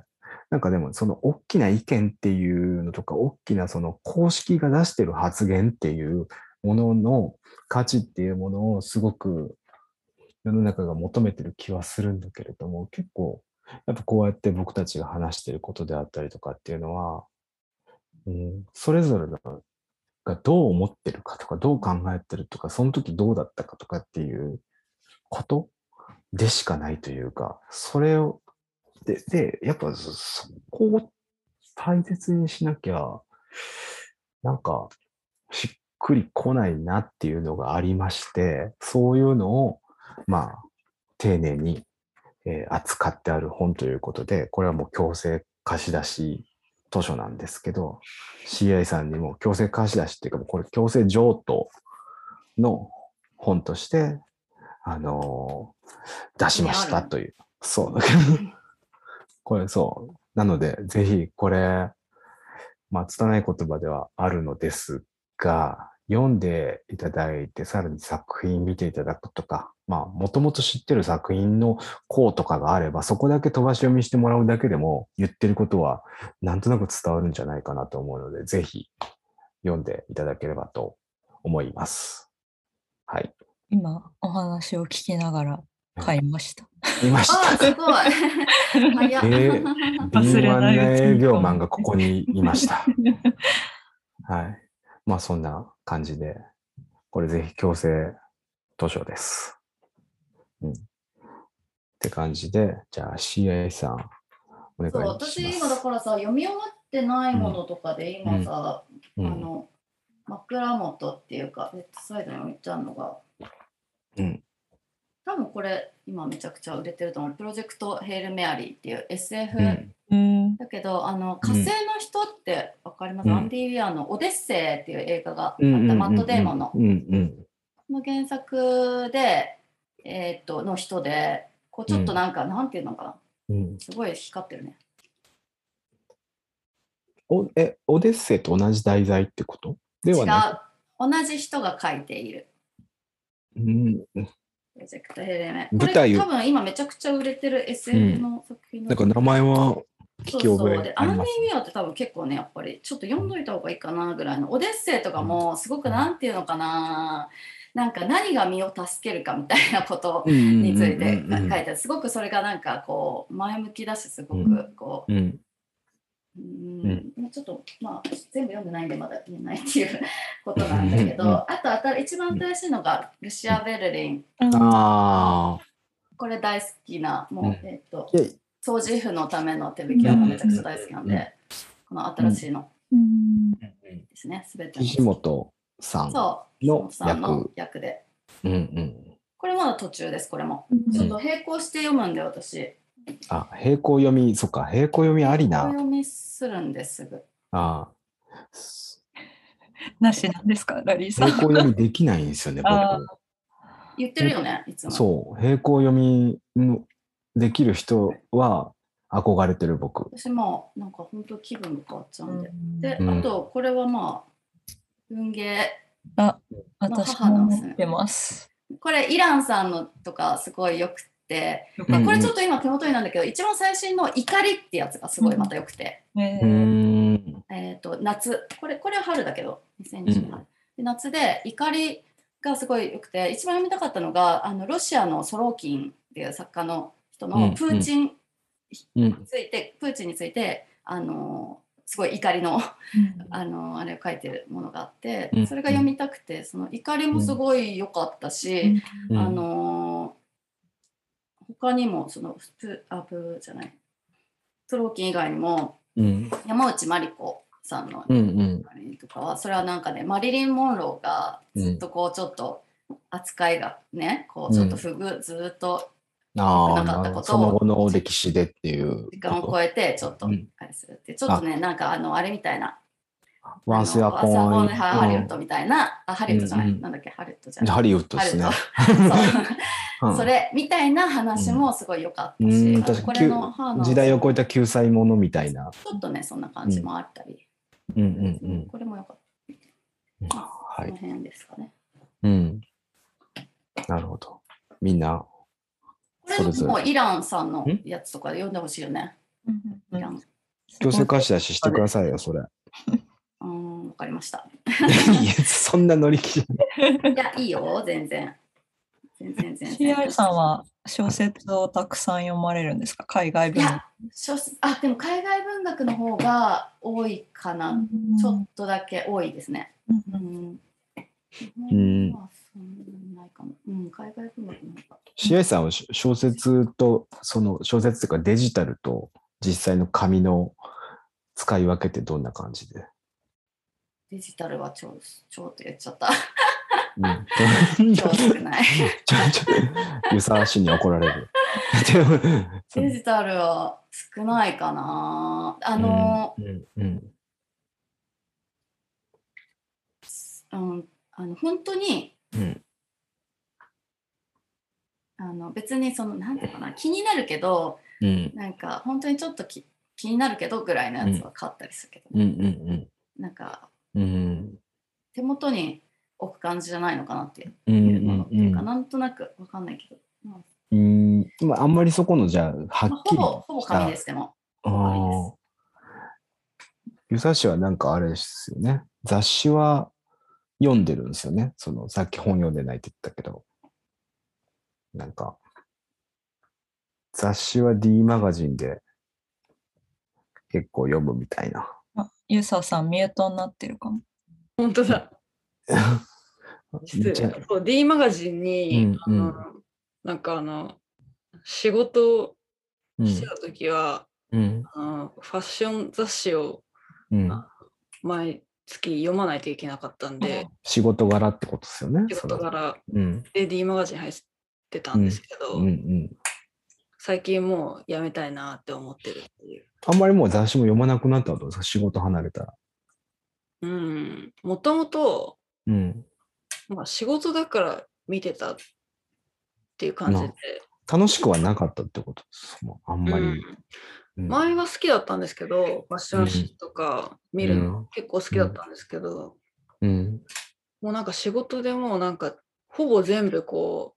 なんかでもその大きな意見っていうのとか、大きなその公式が出してる発言っていうものの価値っていうものをすごく世の中が求めてる気はするんだけれども結構やっぱこうやって僕たちが話してることであったりとかっていうのは、うん、それぞれのがどう思ってるかとかどう考えてるとかその時どうだったかとかっていうことでしかないというかそれをででやっぱそこを大切にしなきゃなんかしっくりこないなっていうのがありましてそういうのをまあ、丁寧に、えー、扱ってある本ということで、これはもう強制貸し出し図書なんですけど、CI さんにも強制貸し出しっていうか、これ強制譲渡の本として、あのー、出しましたという。そう。 これそう。なので、ぜひこれ、まあ、拙い言葉ではあるのですが、読んでいただいて、さらに作品見ていただくとか、まあ、もともと知ってる作品の項とかがあれば、そこだけ飛ばし読みしてもらうだけでも、言ってることは、なんとなく伝わるんじゃないかなと思うので、ぜひ読んでいただければと思います。はい。
今、お話を聞きながら買いました。
見ました。
すごい。早
えー、敏腕な営業マンがここにいました。 はい。まあ、そんな感じで、これぜひ強制図書です。うん。って感じで、じゃあ CA さん、お願いします。そう、
私今だからさ、読み終わってないものとかで今さ、うん、あの、枕元っていうか、ベッドサイドに置いちゃうのが、
うん。
多分これ、今めちゃくちゃ売れてると思う。プロジェクトヘイル・メアリーっていう SF、
うん、
だけど、あの、火星の人ってわかります、うん、アンディ・ウィアのオデッセイっていう映画があった、マット・デーモンの。
うんうん
の原作で、えー、っとの人でこうちょっとなんか、うん、なんていうのかな、うん、すごい光ってるね。
おえオデッセイと同じ題材ってこと
ではない違う同じ人が書いている。
うん、
プロジェクトヘレメこれ多分今めちゃくちゃ売れてる SF の作品
の、うん、なんか名前は
そうそうでアンディ・ウィアって多分結構ねやっぱりちょっと読んどいた方がいいかなぐらいのオデッセイとかもすごくなんていうのかな、なんか何が身を助けるかみたいなことについて書いてあるすごくそれがなんかこう前向きだしすごくこう。うん、うんうん、ちょっとまあ全部読んでないんでまだ言えないっていうことなんだけど、うん、あとあた一番新しいのがルシア・ベルリン。
あ
これ大好きなもう、えっ、ー、と掃除婦のための手引きはめちゃくちゃ大好きなんで、この新しいのですね全て
岸本さんの
役で、
うんうん、
これまだ途中ですこれも、うん、ちょっと並行して読むんで私
あ並行読みそっか並行読みありな
並行読みするんですぐ
ああ
なしなんですかラリーさん
並行読みできないんですよね僕
言ってるよねいつも
そう並行読みのできる人は憧れてる僕
私もなんか本当気分が変わっちゃうんで、うん、で、あとこれはまあ文芸
あ、私も持ってます。
これイランさんのとかすごいよくて、まあ、これちょっと今手元になんだけど、一番最新の「怒り」ってやつがすごいまたよくて、
うん、え
ー、
えー、と夏これこれは春だけど2020年、うん、夏で「怒り」がすごいよくて一番読みたかったのがあのロシアのソローキンっていう作家の人の「プーチン
うん
ついてプーチンについてあのすごい怒りのあのあれを書いてるものがあって
うん
それが読みたくてその怒りもすごい良かったし、
うん
あの他にもそのプあプーじゃないトローキン以外にも
うん
山内真理子さんの
うんうん
あれとかはそれはなんかねマリリン・モンローがずっとこうちょっと扱いがねこうちょっと不遇ずっと
あ
なかったこと
あ
を
その後の歴史でっていう
時間を超えてちょっと
うん
あれするってちょっとねなんかあのあれみたいな
ワンスアポ
あのワン
ン
スアポンハハリウッドみたいなあハリウッドじゃない
うんうん
なんだっけハリウッドじゃ
うん
ない
ハリウッドですね
ハ。リウッドそう
うん
それみたいな話もすごい良かったし、
うん
あと
確か
こ
に
れのハーナ
時代を超えた救済ものみたいな。
ちょっとねそんな感じもあったり、
うんうんうん
これも良かっ
うん。
た、
は
こ
い
の。辺ですかね
うん。なるほど。みんな。
これ
それぞれ
もうイランさんのやつとか読んでほしいよねイラン
強制貸し出ししてくださいよ、それ。
うーんわかりま した
いやそんな乗り気じゃない
いやいいよ全然全然全然
CI さんは小説をたくさん読まれるんですか海外
い
文
や小説あでも海外文学の方が多いかな、ちょっとだけ多いですね
うん
う
うん
ん
うん
まあそんなにないかも、うん、海外文学の方が
試合さんはし小説と、その小説というかデジタルと実際の紙の使い分けってどんな感じで、
デジタルは超超って言っちゃ った
うん、
超少ない
ちょちょ、湯沢氏に怒られる。でもそ
デジタルは少ないかなあの、
うんうん
うん、あの本当に、
うん
あの別にそのなんていうかな気になるけど
うん
なんか本当にちょっとき気になるけどぐらいのやつは買ったりするけど、
うんうん
なんか
うんうん
手元に置く感じじゃないのかなっていう
うんうん
ものって
う
いうか、
ん
なんとなくわかんないけど、
うんまああんまりそこのじゃあはっ
まあ、
き
ほ
り
ぼほぼ紙ですでも紙です
ああ湯沢氏はなんかあれですよね雑誌は読んでるんですよねそのさっき本読んでないって言ったけどなんか雑誌は D マガジンで結構読むみたいな
あユーサーさんミュートになってるかも。
本当だ。
めっちゃ
そう D マガジンに、
うんうん
あのなんかあの仕事を
うん
してた時は、
うん
あのファッション雑誌を
うん
毎月読まないといけなかったんで、
仕事柄ってことですよね。
仕事柄
そのうん
で D マガジン入ってたんですけど、
うんうん。
最近もうやめたいなって思ってるっていう。
あんまりもう雑誌も読まなくなったってことですか仕事離れたら。
うん、もともと、
うん。
まあ、仕事だから見てたっていう感じで、
楽しくはなかったってことですもん。あんま
う
り。
ん
うん
前は好きだったんですけど、ファッション誌とか見る
うん
の結構好きだったんですけど、
うん。
もうなんか仕事でもうなんかほぼ全部こ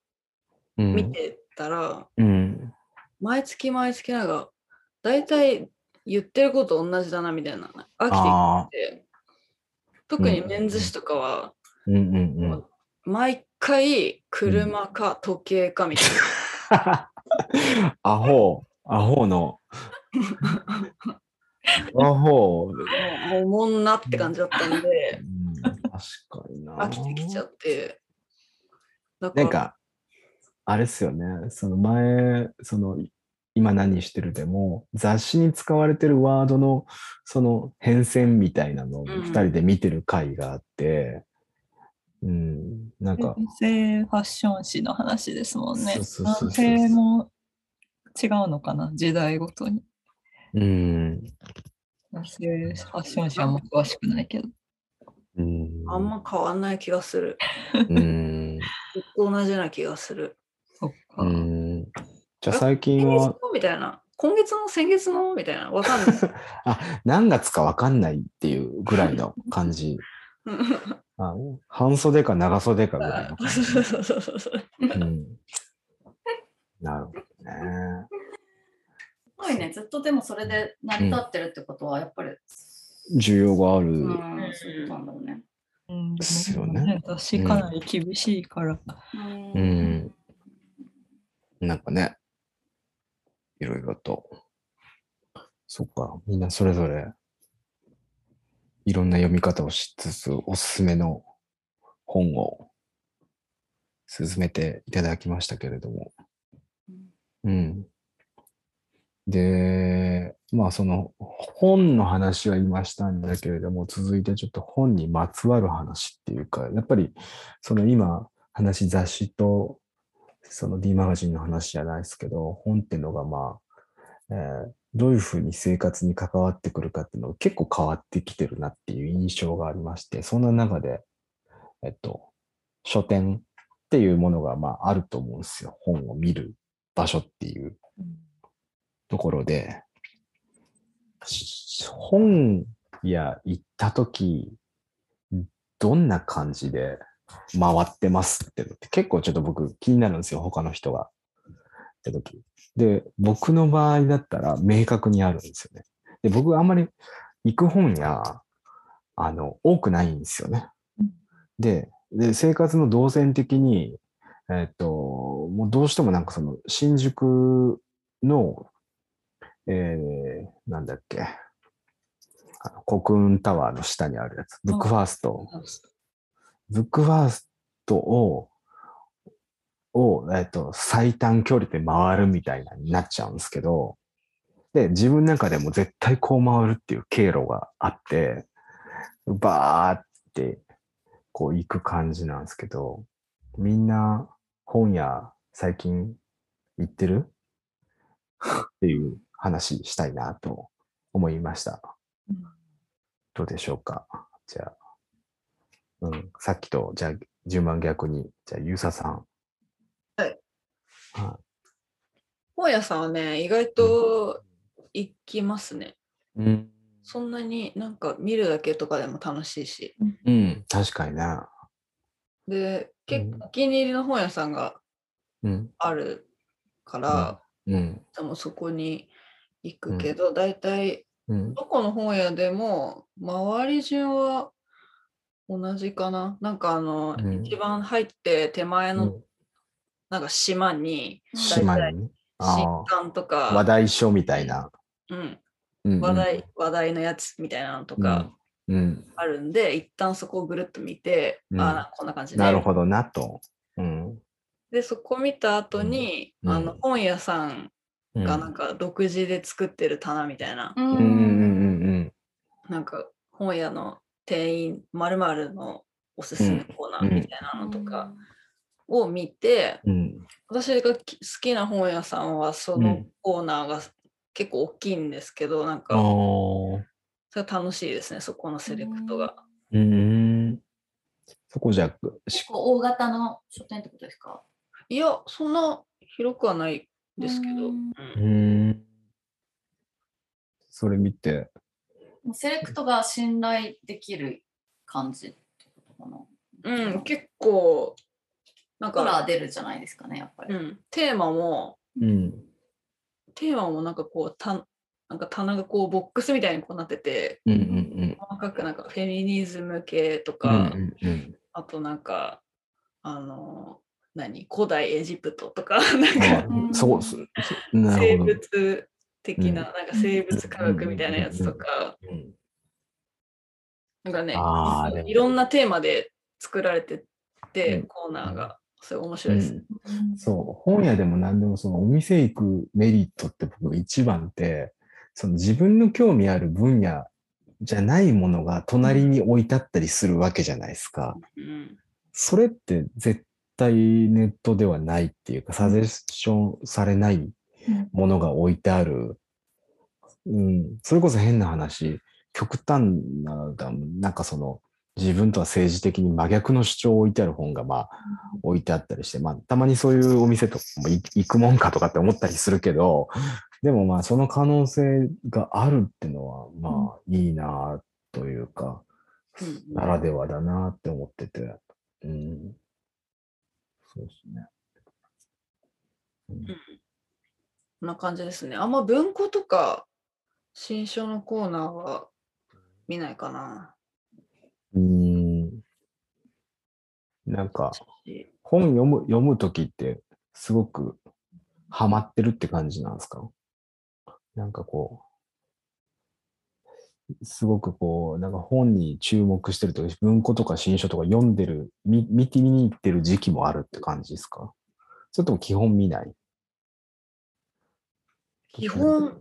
う。
うん見てたら、
うん。
毎月毎月なんか大体言ってること同じだなみたいな飽
ああ
き。てきて特に
うん
メンズ誌とかは
うんうんうん。
毎回車か時計かみたい
アホ。アホ の。アホ。うん
な、もうもうおもんなって感じだったんで
確かにな。
飽きてきちゃってだ
なんか、あれっすよね、その前、その、い今何してるでも、雑誌に使われてるワードの、その変遷みたいなのを
ん
2人で見てる回があって、うん、なんか、
女性ファッション誌の話ですもんね。
そうそうそうそう
男性も違うのかな時代ごとに。
うん、
男性ファッション誌はも詳しくないけど。
うん、
あんま変わんない気がする
うん、
ずっと同じような気がする
そっか。
うん。じゃあ最近
先月
は
の、みたいな今月の先月のみたいなわかんない
あ、何月かわかんないっていうぐらいの感じ。あ半袖か長袖かぐらいの感じ。
そうそうそうそうそう
うん、なるほどね。
すごいねずっとでもそれで成り立ってるってことはやっぱり
需要があ
う
る。
ん、そういうことなんだろうね
うん
ですよね
でも雑誌かなり厳しいから。
う。
うん
なんかね、いろいろとそっか、みんなそれぞれいろんな読み方をしつつ、おすすめの本を進めていただきましたけれども。うん。で、まあその本の話は今したんだけれども、続いてちょっと本にまつわる話っていうか、やっぱりその今話雑誌とその D マガジンの話じゃないですけど、本ってのがまあ、えーどういうふうに生活に関わってくるかっていうのが結構変わってきてるなっていう印象がありまして、そんな中で、えっと、書店っていうものがまああると思うんですよ。本を見る場所っていうところで、し本屋行った時どんな感じで回ってますってのって結構ちょっと僕気になるんですよ。他の人が。って時で、僕の場合だったら明確にあるんですよね。で、僕はあんまり行く本や、あの、多くないんですよね。で、で生活の動線的に、えっと、もうどうしてもなんかその新宿の、えー、なんだっけ、あの国運タワーの下にあるやつ、ブックファースト。ブックファーストを、を、えっと、最短距離で回るみたいなになっちゃうんですけど、で、自分の中でも絶対こう回るっていう経路があって、バーってこう行く感じなんですけど、みんな本屋最近行ってるっていう話したいなと思いました。
うん
どうでしょうかじゃあ、うん、さっきと、じゃあ、順番逆に、じゃあ、ゆうささん。
本屋さんはね、意外と行きますね。
うん。
そんなになんか見るだけとかでも楽しいし。
うん、確かにな。
で、結
うん
構お気に入りの本屋さんが
うん。
あるから、
うん。
でもそこに行くけど、大体
うん。
どこの本屋でも回り順は同じかな。なんかあの、
うん
一番入って手前のなんか島に、
島にね。
新
あ
刊と
あ、
か、
話題書みたいな。
うん、
うんうん
話題話題のやつみたいなのとか
うん。
あるんで、一旦そこをぐるっと見て、
うん
ああこんな感じね
なるほどなと。うん。
でそこ見た後に、
うん
あ
う
の
ん
本屋さん
うん
がなんか独自で作ってる棚みたいな、
うんうんうん
なんか本屋の店員まるのおすすめコーナーみたいなのとかを見て、
うんうん。
私がき好きな本屋さんはそのコーナーが結構大きいんですけど
あ
なん
あ
かそれは楽しいですねそこのセレクトが。
ー。うん。そこじゃ、し
結構大型の書店ってことですか
いやそんな広くはないですけど、
う
うんん
うん。それ見て、
もうセレクトが信頼できる感じってことかな
うん、結構なん
カラ
か
ー、出るじゃないですかねやっぱり、
うん、テーマも
うん。
テーマもなんかこうたなんか棚がこうボックスみたいにこうなってて
うんうん
細かくなんかフェミニズム系と
うん。うん
か、
うんうん。
あとなんかあの何古代エジプトとか なん
あ
か
ーそうす。な
生
るほど。
物的な,、なんか生物科学みたいなやつとか、
うん
なんかね
あーでも
いろんなテーマで作られてて、
うん
コーナーがすごい面白
う
いですね。
んそう、本屋でも何でもそのお店行くメリットって僕一番って、その自分の興味ある分野じゃないものが隣に置いてあったりするわけじゃないですか。
うん
それって絶対ネットではないっていうか、サジェスションされないものが置いてある。うん、それこそ変な話、極端な、なんかその、自分とは政治的に真逆の主張を置いてある本が、まあ、置いてあったりして、まあ、たまにそういうお店とかもい行くもんかとかって思ったりするけど、でもまあ、その可能性があるってのは、まあ、いいなというか、
うん
ならではだなって思ってて、うん。そうですね。
こんな感じですね。あんま文庫とか新書のコーナーは見ないかな。
うん。なんか、
し
本読む、読むときって、すごくハマってるって感じなんですかなんかこう、すごくこう、なんか本に注目してるとか、文庫とか新書とか読んでる、み見て見に行ってる時期もあるって感じですかそれとも基本見ない
基本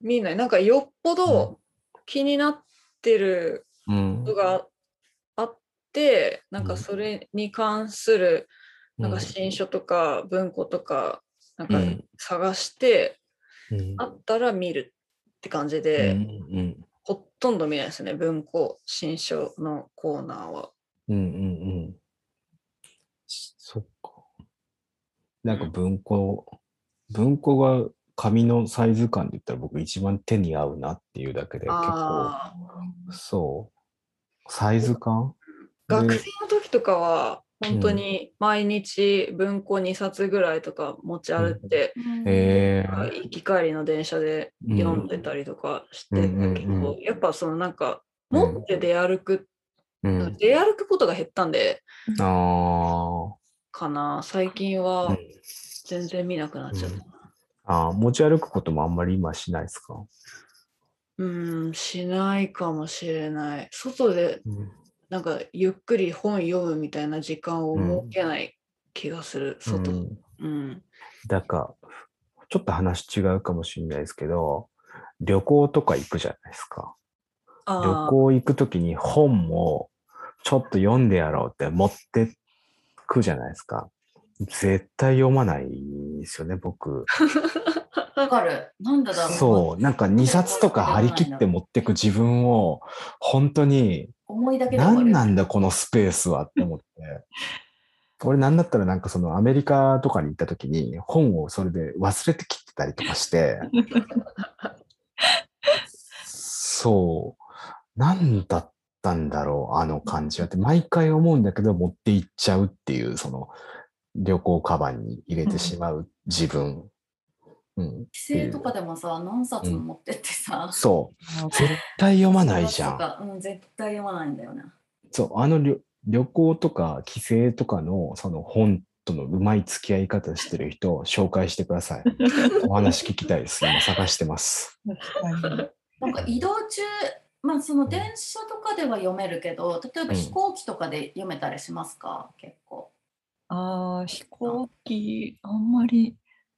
見ない。なんかよっぽど気になってる
うん
ことがあって、なんかそれに関するなんか新書とか文庫とかなんか
うん
探して、
うん
あったら見るって感じ
う
で、
ん
ほとんど見ないですね文庫新書のコーナーは。
うんうんうんうん。そっか。なんか文庫、文庫が紙のサイズ感で言ったら僕一番手に合うなっていうだけで結構、
あー
そう。サイズ感
学
で
生の時とかは本当に毎日文庫2冊ぐらいとか持ち歩いて、
えー
行き帰りの電車で読んでたりとかしてたけど、
うんうんう
やっぱそのなんか
うん
持って出歩く、
うん。
出歩くことが減ったんで
あー
かな最近
う
は
ん
全然見なくなっちゃったな。
あー。持ち歩くこともあんまり今しないですか
うん、しないかもしれない。外で
うん
なんかゆっくり本読むみたいな時間を設けない気がする、外。
う
うん
ん
うん
だから、ちょっと話違うかもしれないですけど、旅行とか行くじゃないですか。旅
あー
行行くときに本もちょっと読んでやろうって持ってくじゃないですか。絶対読まないんですよね、僕。
わかる。なんだだろう。
そう、なんか2冊とか張り切って持ってく自分を、本当に
思いだけで終わ
何
る。
なんだこのスペースはって思って。俺なんだったらなんかそのアメリカとかに行った時に本をそれで忘れてきてたりとかして。そう。なんだったんだろう、あの感じはって毎回思うんだけど持って行っちゃうっていう、その旅行カバンに入れてしまう自分。うん。
帰省とかでもさ、何冊も持ってってさ。
そう。絶対読まないじゃん
と。か うん、絶対読まないんだよな。
そう、あの旅旅行とか帰省とかのその本とのうまい付き合い方してる人を紹介してく ださい。お話聞きたいです。今探してます。
なんか移動中、まあその電車とかでは読めるけど、例えば飛行機とかで読めたりしますか、結構。
ああ、飛行機、あんまり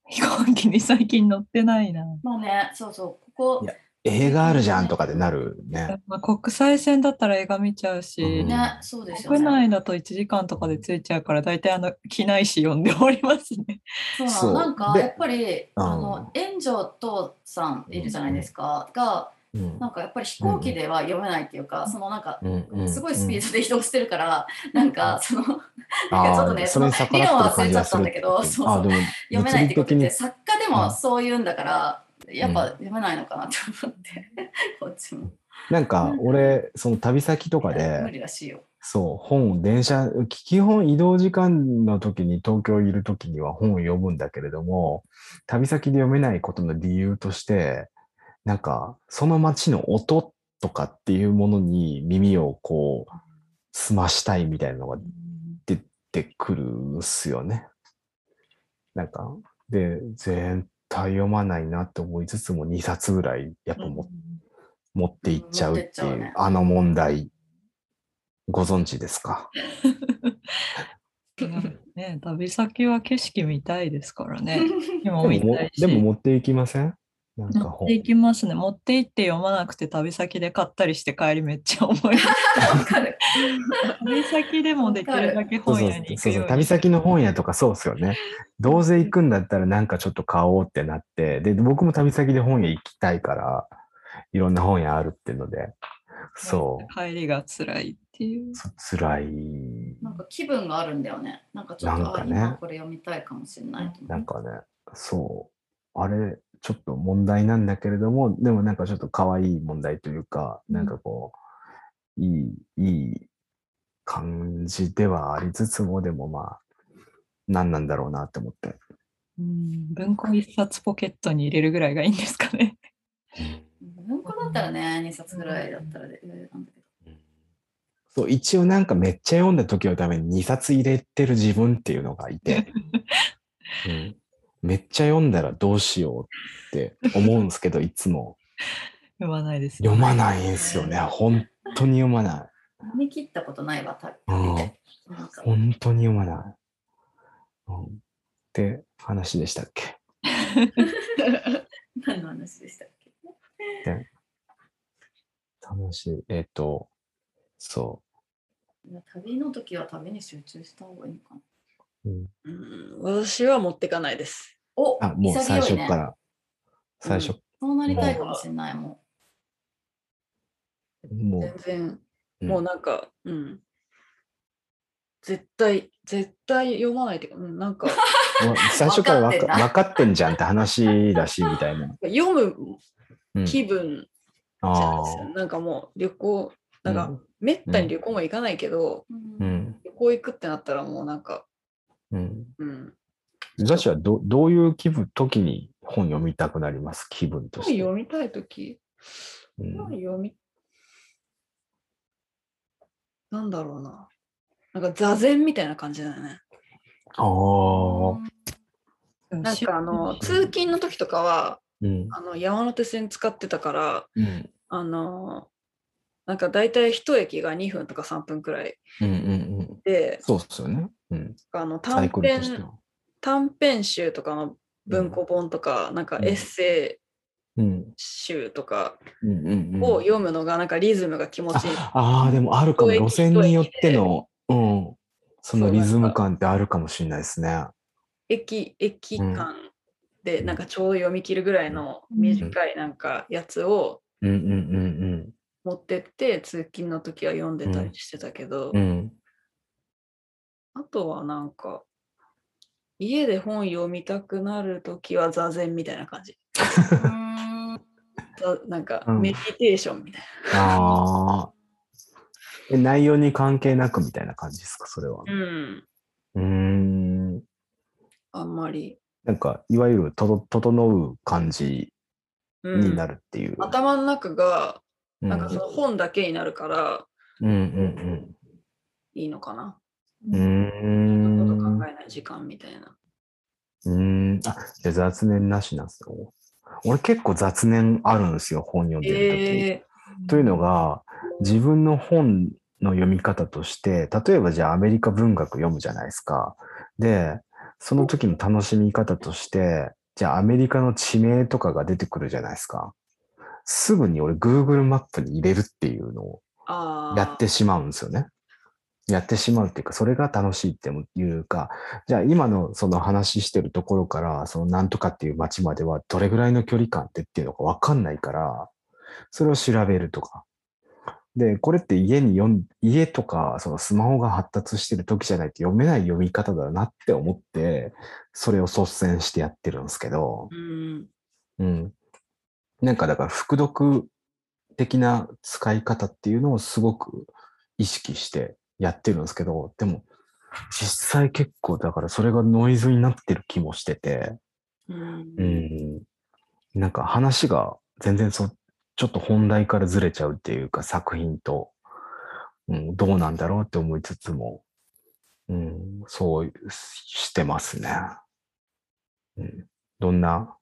飛行機に最近乗ってないな。
まあね、そうそう、ここ
いや映画あるじゃんとかでなる ね。
まあ、国際線だったら映画見ちゃうし、
うん
ね、そうですよね。
国内だと1時間とかで着いちゃうから、大体あの機内誌読んで終わります ね。
そうな
そう
のなんか
で
やっぱりあの炎上父さんいるじゃないですか、が
うん
なんかやっぱり飛行機では読めないっていうか、そのなんか
うんうん
すごいスピ
うん
ードで移動してるから、なんかそのなんかちょっ
あ
と
ー
ね
それに逆らってる感
理論は
じがする
忘れちゃったんだけどそうそう
あーでも
読めないってこと
物理的
で
に
作家でもそういうんだから、やっ
う
ぱ読めないのかなって思って、 こっちも
なんか俺その旅先とか
無
で
理らしいよ。
そう本電車基本移動時間の時に東京いる時には本を読むんだけれども旅先で読めないことの理由としてなんかその街の音とかっていうものに耳をこう澄ましたいみたいなのが出てくるんすよね。なんかで全体読まないなって思いつつも2冊ぐらいやっぱ持っ持っていっちゃうっ
持ってっち
て
ゃ
いう
うね
あの問題ご存知ですか
うんね旅先は景色見たいですからね。
で
今
も
見
も
たいし。
でも持っていきませんなんか
持っ
本
ていきますね。持って行って読まなくて旅先で買ったりして帰りめっちゃ思 います
わかる。
旅先でもできるだけ
そう
本
そう
屋に行
そうそ
くよう
う
に
旅先の本屋とかそうですよねどうせ行くんだったらなんかちょっと買おうってなってで僕も旅先で本屋行きたいからいろんな本屋あるっていうのでそう
帰りが辛いっていう。
つ辛い
なんか気分があるんだよね。なんかちょっ
なん
と、
か
あ
ね
今これ読みたいかもしれないと思って
なんかねそうあれちょっと問題なんだけれどもでもなんかちょっと可愛い問題というかなんかこういいいい感じではありつつもでもまあ何なんだろうなって思って
うん文庫一冊ポケットに入れるぐらいがいいんですかね。
文庫だったらね、2冊ぐらいだったらで、えーなんだけど。
そう一応なんかめっちゃ読んだ時のために2冊入れてる自分っていうのがい て、うんめっちゃ読んだらどうしようって思うんですけどいつも
読まないです、ね。
読まないんですよね。本当に読まない。
読み切ったことないわ、た
うん、
なんか
本当に読まない。うん、って話でしたっけ
何の話でしたっけ
楽しい。えっ、と、そ
旅の時は旅に集中した方がいいのかな。
う。うん、
うん、私は持ってかないです。
お
あもう最初
潔いね。
から、最初、
そうなりたいかもしれないも
も
全
う、
然、
うん
もうなんか、うん。絶対、絶対読まないっていうか、うん、なんか、
もう最初からわ
分かってん
か
な
分かってんじゃんって話だし、みたいな。
読む
うん、
気分じゃない
あ
ですよ。なんかもう旅行、なん
う
か、めったに旅行も行かないけど、
う。
あ。う
うん
ん。
旅行行くってなったらもうなんか、
うん。
うん。
ザシはどどういう気分、時に本読みたくなります気分と
本
して。
読みたいとき、
うん
本読み、なんだろうな。なんか座禅みたいな感じだよね。
ああ。
なんかあの、通勤の時とかは、
うん。
あの山手線使ってたから、
うん。
あのなんか大体一駅が2分とか3分くらい
うん。うん。うん。
で、
そうっすよね。うん。
あの
サ
短
イクルとして
編
は。
短編集とかの文庫本とか、なんかエッセイ
うん。
集とか
うん。うん。うん
を読むのがなんかリズムが気持ちいい。
ああー、でもあるかも。
一駅
路線によっての、うん。そのリズム感ってあるかもしれないですね。
駅駅
うん
間でなんかちょうど読み切るぐらいの短いなんかやつを
うんうんうん
持ってって通勤の時は読んでたりしてたけど、
うん。うん。
あとはなんか家で本読みたくなる時は座禅みたいな感じ。
ーん
ざなんか
うん
メディテーションみたい
ああ。え内容に関係なくみたいな感じですか、それは。
な、うん
うーん。
あんまり、
なんか、いわゆるとと、整う感じ
うん
になるっていう。
頭の中が
うん、
なんかその本だけになるから
うんうん
いいのかな、
うん。うー
そん、こと
ん。
考
う
えない時間みたいな
ーん。あ、じゃあ雑念なしなんですよ。俺結構雑念あるんですよ、本読んでるとき。
え
というのが、自分の本の読み方として、例えばじゃあアメリカ文学読むじゃないですか。で、その時の楽しみ方として、じゃあアメリカの地名とかが出てくるじゃないですか。すぐに俺 Google マップに入れるっていうのを
ー、あー
やってしまうんですよね。やってしまうっていうか、それが楽しいっていうか、じゃあ今のその話してるところから、そのなんとかっていう街まではどれぐらいの距離感ってっていうのがわかんないから、それを調べるとか。で、これって家に読ん、家とか、そのスマホが発達してる時じゃないと読めない読み方だなって思って、それを率先してやってるんですけど。
うん
うん。なんかだから、副読的な使い方っていうのをすごく意識してやってるんですけど、でも、実際結構だからそれがノイズになってる気もしてて、
うん
うん。なんか話が全然そ、ちょっと本題からずれちゃうっていうか作品と、うん、どうなんだろうって思いつつも、うん、そうしてますね。うん、どんな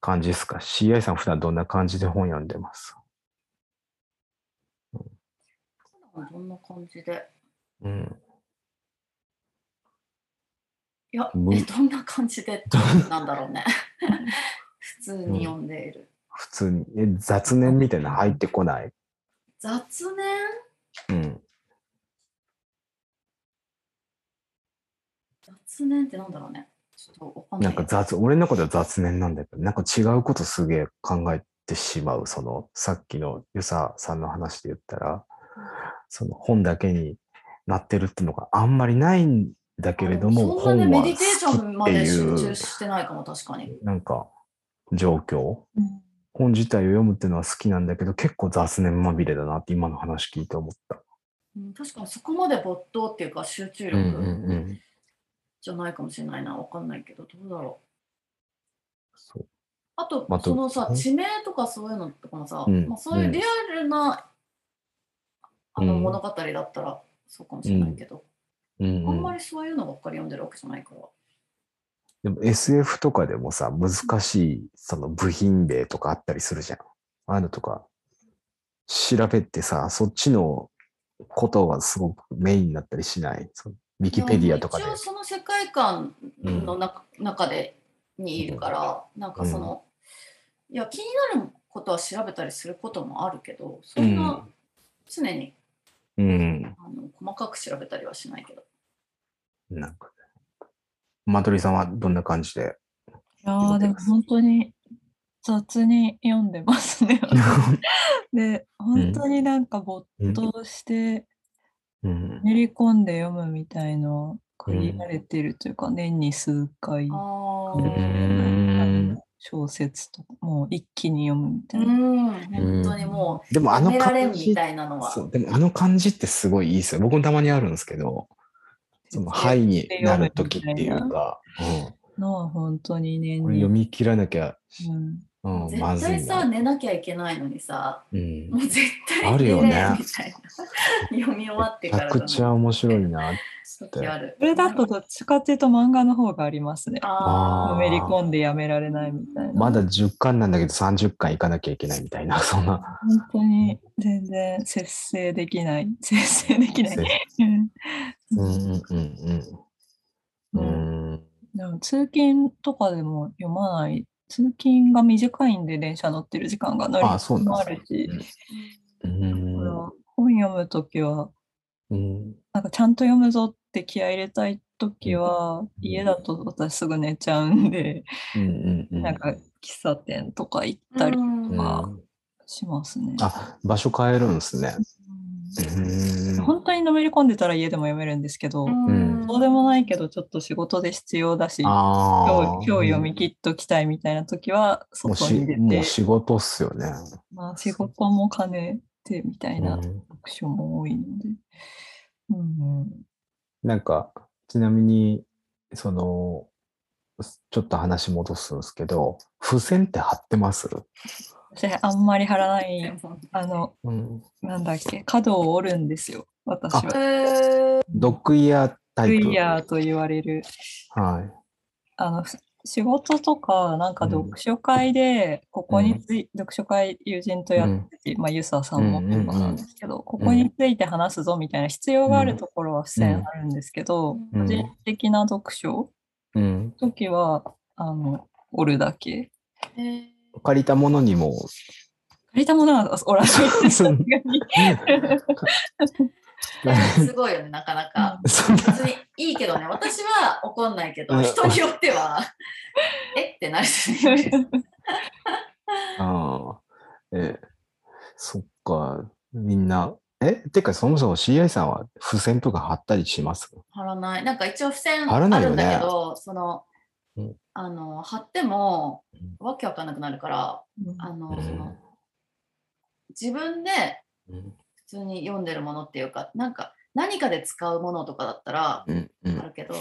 感じですか ?CI さん普段どんな感じで本読んでます
どんな感じで。
うん。
いや、
む
えどんな感じでってなんだろうね。 普通に読んでいる。
普通に、え雑念みたいなの入ってこない。
雑念
うん。
雑念ってなんだろうね。ちょっとわかんな
ないんか雑、俺の中では雑念なんだけど、なんか違うことすげえ考えてしまう。その、さっきのゆささんの話で言ったら、その本だけになってるっていうのがあんまりないんだけれども、
そんな
本
ね、メ
は
ディテーション
好
ま
きっ
で
て
集
い
中
う、
してないかも、確かに。
なんか、状況。
うん
本自体を読むっていうのは好きなんだけど、結構雑念まみれだなって今の話聞いて思った。
うん確かにそこまで没頭っていうか集中力
ん。
じゃないかもしれないな。わかんないけど、どうだろう。
そう。
あと、
まあ
そのさ
ど、う
地名とかそういうのとかもさ、
うん
まあ、そういうリアルな、あの
うん
物語だったらそうかもしれないけど、
うん
あんま
り
りそういうのばっかり読んでるわけじゃないから。
でも SF とかでもさ、難しいその部品例とかあったりするじゃん。ああいうのとか、調べてさ、そっちのことはすごくメインになったりしない。そのウィキペディアとかで
いや。一応その世界観の中,、中でにいるから、なんかその、いや気になることは調べたりすることもあるけどそんな常に、
うん。
あの細かく調べたりはしないけど
なんか、マトリさんはどんな感じ で
いやーでも本当に雑に読んでます ね。で本当になんか没頭して
うん。
練り込んで読むみたいのを限られてるというか、年に数回
あ
う
ー
ん
小説とかもう一気に読むみた
う
いな。
ん本当にも
で
う
も
や
あの
められ
感
んみ
じ
たいなのは
そう、でもあの感じってすごいいいですよ。僕もたまにあるんですけど、その、はいになるときっていうか、う
のは本当に年
ん、これ
に。
読み切らなきゃ、
うん
うん、ま
絶
ず
対
い
さ
な。
寝なきゃいけないのにさ
うん
もう絶対
あるよ
寝
ね
れんみたいな読み終わって
めち
か
ゃ
ら
くちゃ面白いな。
時ある
それだとどっちかっていうと漫画の方がありますね。
あ
あ
ー
のめり込んでやめられないみたいな。
まだ10巻なんだけど30巻いかなきゃいけないみたいな、 そんな。
本当に全然節制できない。節制できない。うん
うんうんうんうん。うん
でも通勤とかでも読まない。通勤が短いんで電車乗ってる時間が乗り
あそうなん
も
で
あ
すね
るし、
うん
これは本読むときは、
うん
なんかちゃんと読むぞって気合い入れたいときは、家だと私すぐ寝ちゃうんで、
うんうん
なんか喫茶店とか行ったり
うん
あ
しますね。
あ場所変えるんですね。うん
本当にのめり込んでたら家でも読めるんですけど、
ん
そうでもないけど、ちょっと仕事で必要だし、今
あ
日
ー
今日読み切っときたいみたいな時は、
もう
外
し
に出
も
て
う、仕事っすよね。
まあ、仕事も兼ねてみたいな
うん
読書も多いので。うんうん
なんか、ちなみに、その、ちょっと話戻すんですけど、付箋って貼ってます
私、あんまり貼らな
で
い、
も
あの、
うん。
なんだっけ、角を折るんですよ、私
えー
は。
ドッグイヤータ
ク
イプ。
イヤーと言われる。
はい。
あのふ仕事とか、なんか
うん
読書会で、ここについ、読書会友人とやってて、まあ、ユサさんも
うんうんうん
そうなんですけど、ここについて話すぞみたいな必要があるところは付箋あるんですけど、
うん
個人的な読書
うん。
の時は、あの、折るだけ。
えー
借りたものにも、
借りたものは折らないで す。
そう
さすがに
すごいよねなかなか。
そんな
別にいいけどね、私は怒んないけ
う
ど、
ん
人によっては、えってなるし、ね、
ああ、ええ、そっか、みんな。え、てか、そもそも CI さんは付箋とか貼ったりします
貼らない。なんか一応付箋
貼
ある
ら
ん
ない
だけ
よ
ど、
ね
その
うん、
あの、貼っても
うん、
わけわかんなくなるから、あの、その自分で
うん
普通に読んでるものっていうか、なんか、何かで使うものとかだったら、
うんう
あ
ん。
るけど、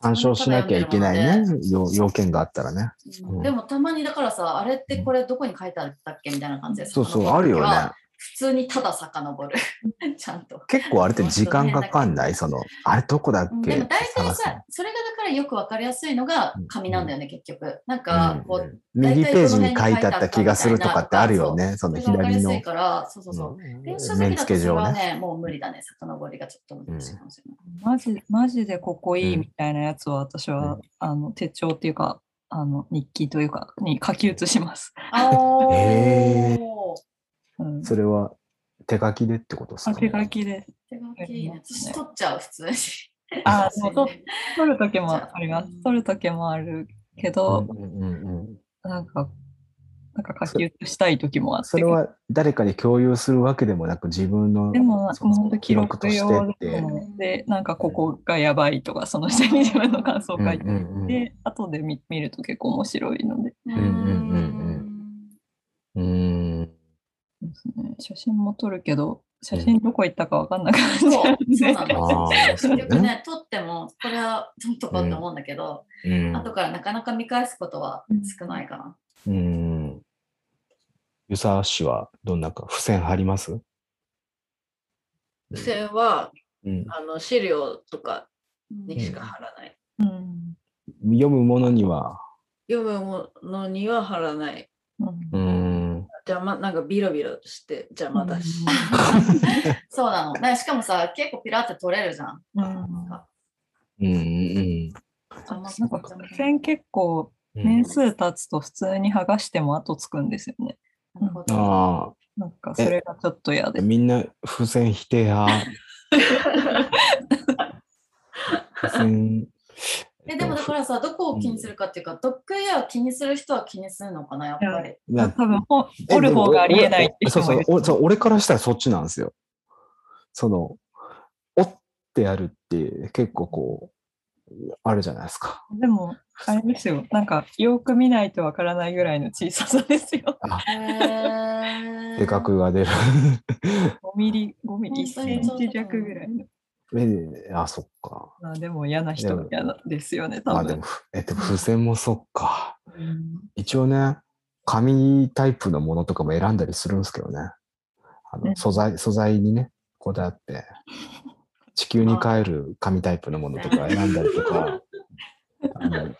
参照しなきゃいけないね、要要件があったらね。
うん
うん
でもたまにだからさ、あれってこれどこに書いてあったっけみたいな感じで
そうそう、あ
遡
る
る
よ
時は
ね。
普通にただ遡る。 ちゃんと。
結構あれって時間かかんないその、あれどこだっ
うん
け
でも大体
探す
さ、それがだからよくわかりやすいのが紙なんだよね、結局。なんか、
の
こ
うん
う、
右ページに書いてあった気がするとかってあるよね、
そ
その
れがわかりや
左の
すいから、そうそうそう。電子書
う
籍
ん面
だ
付
と
け
それ
上
は
ね。
ね、もう無理だね、遡りがちょっと難しいかもしれない。
マジマジでここいい
うん
みたいなやつは私は、
うん
あの手帳っていうかあの日記というかに書き写します。
あおー
へ
うん、
それは手書きでってことですか
あ手書きで。
手書きいいね。私取っちゃう、普通に。
あ
そう
そう
ね
取る時もあります。取る時もあるけど、
うんうんうんうん
なんかなんか書き写したい時もあって。
それは誰かに共有するわけでもなく自分の
でも、
その
もう記録
記録
用
としてって
でもで、なんかここがやばいとか、その下に自分の感想を書いて
うんうんうん
で、後で見見ると結構面白いので、
うん
うんうーん
そうですね、写真も撮るけど、写真どこ行ったか分かんなくなっちゃうん
そう
で
な
あ
の。
ーそ
結
う
局
ね
ね、取っても、これはどんとかって思うんだけど、
うん
後からなかなか見返すことは少ないかな。
うんユサ氏はどんなか付箋貼ります
付箋は
うん
あの資料とかに
う
しか貼らない。
うん
読むものには
読むものには貼らない。
うん
うーん
邪魔なんかビロビロして邪魔だし、
そうなの。ね、しかもさ、結構ピラって取れるじゃん。
うん
うんうん
あんま
なんか付箋結構
うん
年数経つと普通に剥がしても後つくんですよね。
なるほど
あ
なんかそれがちょっと嫌
あ、
で。
みんな付箋否定 派。付箋。
えでもだからさ、どこを気にするかっていうか、ドッグイヤーを気にする人は気にするのかな、やっぱり。
な
多分ほ
え
折る方がありえないっ
で
て
も
人
そう
もい
そう
る。
おそう。俺からしたらそっちなんですよ。その、折ってやるって結構こう、あるじゃないですか。
でもあれですよ。なんかよく見ないとわからないぐらいの小ささですよ。
へ
で、額が出る。
5ミリ、5ミリ、1センチ弱ぐらいの。
えあ、そっか。
まあでも嫌な人は嫌なですよね、多
あ、で
分
も、。え、でも付箋もそっか。
うん
一応ね、紙タイプのものとかも選んだりするんですけどね。あ
う
の
ん
素材、素材にね、こだわって、地球に帰る紙タイプのものとか選んだりとか、あの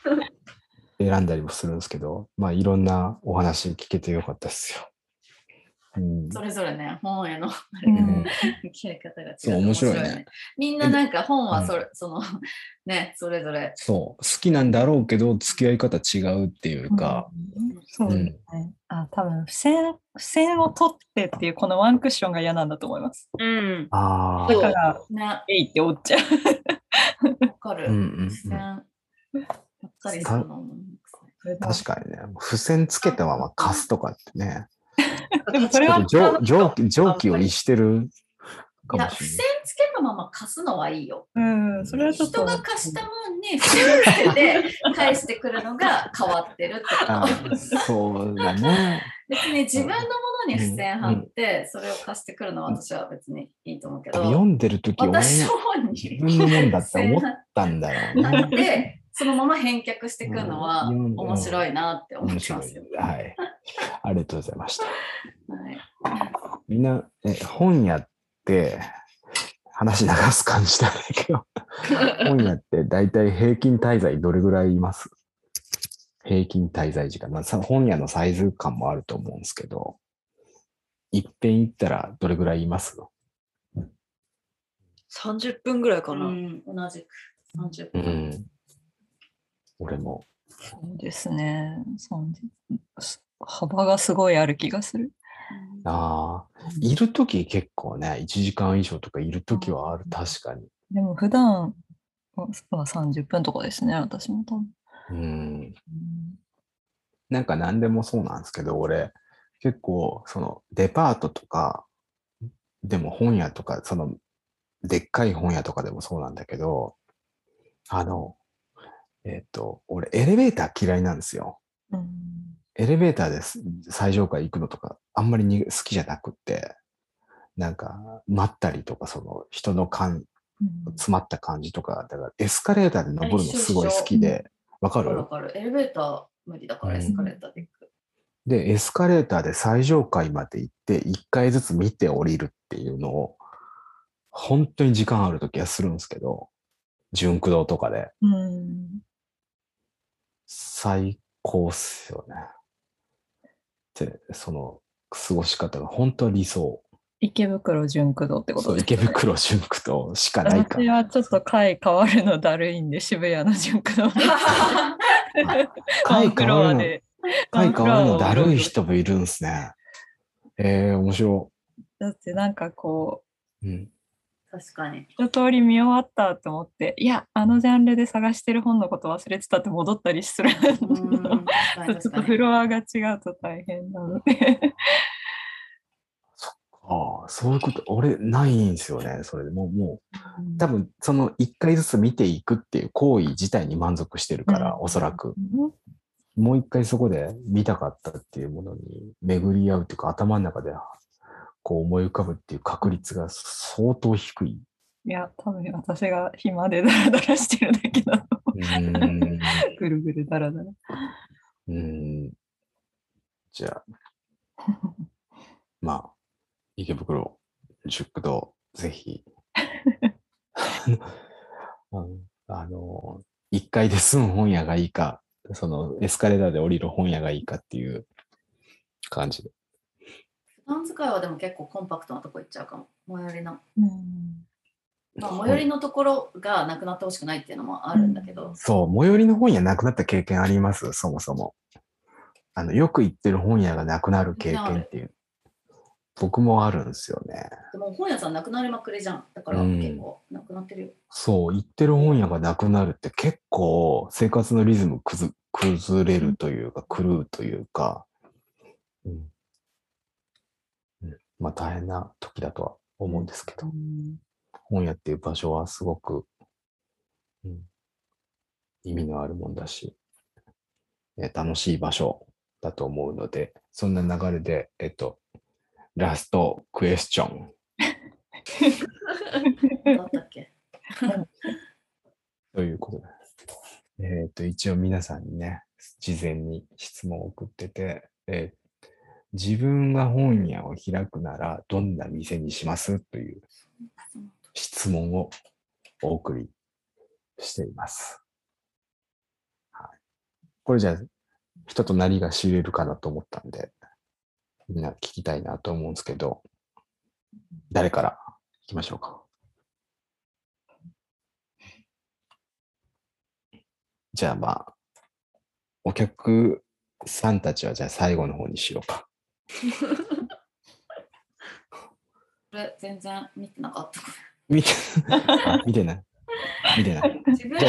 選んだりもするんですけど、まあいろんなお話聞けてよかったですよ。うん。
それぞれね、本への
うん
向き合い方が違って
そう面白いね。
みんななんか本はそれ、その、 ね、それぞれ。
そう、好きなんだろうけど、付き合い方違うっていうか、
うんそうですね。あ、多分付箋、付箋を取ってっていうこのワンクッションが嫌なんだと思います。
うん、
ああ、
だから、
ね、わ
えいって折っちゃう。
かる。
うんうん
付箋
うん、
やっぱりその、
確かにね、付箋つけたまま貸すとかってね、
でもそれ
ちょ
は
っと蒸蒸気蒸気を逸してるか
いや、
もし
付箋
れ
つけたまま貸すのはいいよ。
うん、それはちょっと。
人が貸したもんに付箋つけて返してくるのが 変わってるってこと
な。い。あそう だね。
別に自分のものに付箋貼って、それを貸してくるのは私は別にいいと思うけど、
読んでる時俺
私の本
自
に
分のもんだって思ったんだよ
貼っ
ね。
て、そのまま返却してくるのは
うん
面白いなって思い
面
ま
白
す
い
よ。。
はい。ありがとうございました。
はい
みんな、え本屋って話流す感じだけど、 本屋って大体平均滞在どれぐらいいます平均滞在時間。まあ、さ本屋のサイズ感もあると思うんですけど、一遍行ったらどれぐらいいます
30分ぐらいか
う
な、
ん、同じく30
う
分。
ん。俺も。
そうですね。そうす幅がすごいある気がする。
ああ、いるとき結構ね、1時間以上とかいるときはある、確かに。
でも普段は30分とかですね、私も多分。
うん。なんか何でもそうなんですけど、俺、結構、その、デパートとか、でも本屋とか、その、でっかい本屋とかでもそうなんだけど、あの、えっ、と、俺、エレベーター嫌いなんですよ。
うん
エレベーターです最上階行くのとか、あんまりに好きじゃなくって、なんか、待ったりとか、その、人の感、
うん
詰まった感じとか、だからエスカレーターで登るのすごい好きで、わか
わかる
る
わかる。エレベーター無理だからエスカレーターで行く。
で、エスカレーターで最上階まで行って、一回ずつ見て降りるっていうのを、本当に時間あるときはするんですけど、純駆動とかで、
うん
最高っすよね。で、その、過ごし方が本当理想。
池袋純駆動ってこと
そう
です
池袋純駆動しかないから
私。はちょっと回変わるのだるいんで渋谷の純駆動ワン
階
フ
変
ロ
わ
ア
るの、
で
階変わるのだるい
人
人もいるんですね。えー、面白
だってなんかこ
い。うん
確か に。
う一通り見終わったと思っていやあのジャンルで探してる本のこと忘れてたって戻ったりする
うん確かに
ち
確か
ょっと
に
フロアが違うと大変なので
ああ、そういうこと、俺、ないんですよね、それでもう、もう、多分その1回ずつ見ていくっていう行為自体に満足してるから、
うん
おそらく、
うん
もう1回そこで見たかったっていうものに巡り合うっていうか、頭の中でこう思い浮かぶっていう確率が相当低 い。
いや多分私が暇でダラダラしてるだけだと
うーん
ぐるぐるダラダラ
うーんじゃあ、まあ、池袋、熟道、ぜ ひ。あのあの、1階で済む本屋がいいか、そのエスカレーターで降りる本屋がいいかっていう感じで。
普段使いはでも結構コンパクトなとこ行っちゃうかも。最寄りの。
うん
まあ、最寄りのところがなくなってほしくないっていうのもあるんだけど。
そう、最寄りの本屋なくなった経験ありますそもそも。あの、よく行ってる本屋がなくなる経験っていう。僕もあるんですよね。
でも本屋さんなくなりまくりじゃん。だから
うん
結構なくなってるよ。
そう、行ってる本屋がなくなるって結構生活のリズムくず崩れるというか、狂うというか、うん。うん、まあ大変な時だとは思うんですけど、本屋っていう場所はすごく、うん、意味のあるもんだし、ね楽しい場所だと思うので、そんな流れで、えっと、ラストクエスチョン。
なんだったっけ
ということです。えっ、と、一応皆さんにね、事前に質問を送ってて、えー自分が本屋を開くならどんな店にしますという質問をお送りしています。はい、これじゃあ、人となりが知れるかなと思ったんで、みんな聞きたいなと思うんですけど、誰から行きましょうか。じゃあまあ、お客さんたちはじゃあ最後の方にしようか。
これ全然見てなか った。
見て あ見てない。見てない。
自分で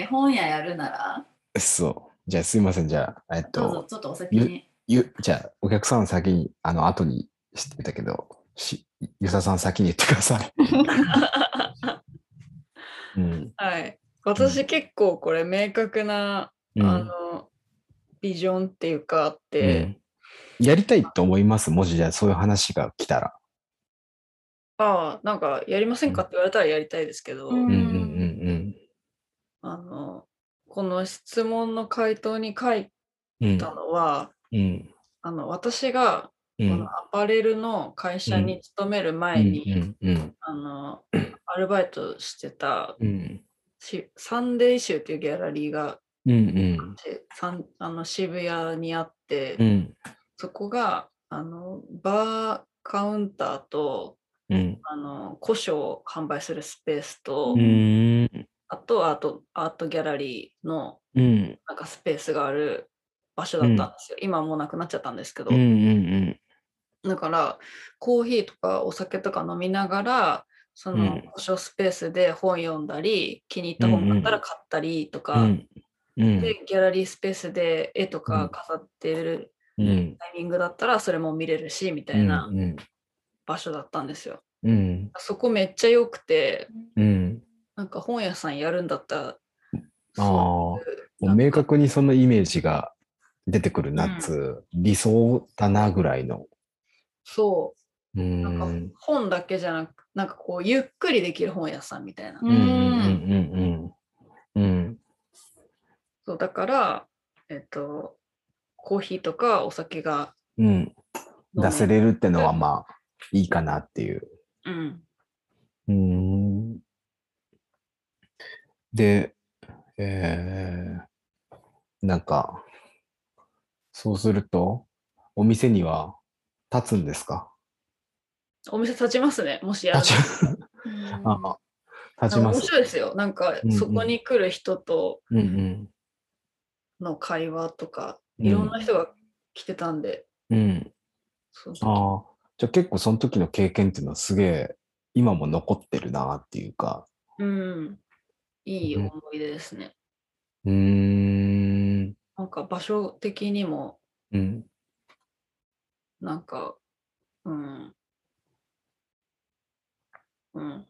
何本屋やるなら、
そう。じゃあすいません。じゃあ、えっ
どうぞ
と、
ちょっとお先に。
ゆじゃあお客さん先に、あの、後にしてたけど、しゆささん先に言ってくださ い。うん。
はい。私結構これ明確な、
うん
あのビジョンっていうかあっ
う
て、
んやりたいと思います。もしじゃあそういう話が来たら。
ああなんかやりませんかって言われたらやりたいですけど、
うん
うんうんうん
あのこの質問の回答に書い
うん。うん
たのは、
うん
あの私が
う
こ
ん
のアパレルの会社に勤める
う
前に、
んうん
あのアルバイトしてた
うん
しサンデー集っていうギャラリーが
うん
しサンあの渋谷にあって、
うん
そこがあのバーカウンターと
うん
あの古書を販売するスペースと、
うん
あとアートアートギャラリーの
うん
なんかスペースがある場所だったんですよ、今はもうなくなっちゃったんですけど、
うんうん
だからコーヒーとかお酒とか飲みながらその
うん
古書スペースで本読んだり気に入った本があったら買ったりとか、
うん
でギャラリースペースで絵と
うん
か飾ってる
うん
タイミングだったらそれも見れるしみたいな場所だったんですよ。
うん
そこめっちゃ良くて
うん
なんか本屋さんやるんだったら
ああもう明確にそのイメージが出てくるなっつう理想だなぐらいの
そう
ー
うなんん
う
か
ん
本だけじゃなくなんかこうゆっくりできる本屋さんみたいな。
う
うん
ん。
うんうんうん
そうだからえっとコーヒーとかお酒が
うん
飲め
出せれるってのはまあいいかなっていう
うん、
うーんで、えーなんか、そうすると、お店には立つんですか
お店立ちますねもしやる
立ち、
うん
あ立
な
ち
んか
ま
面
す。
白いですよなんか
うんうん
そこに来る人と
うんうん。
の会話とか、
うん
いろんな人が来てたんで、
うん。
そう
ああ。じゃあ結構その時の経験っていうのはすげえ、今も残ってるなっていうか。
うん、いい思い出ですね。
うーん。
なんか場所的にも
うん。
なんか、うん。うん、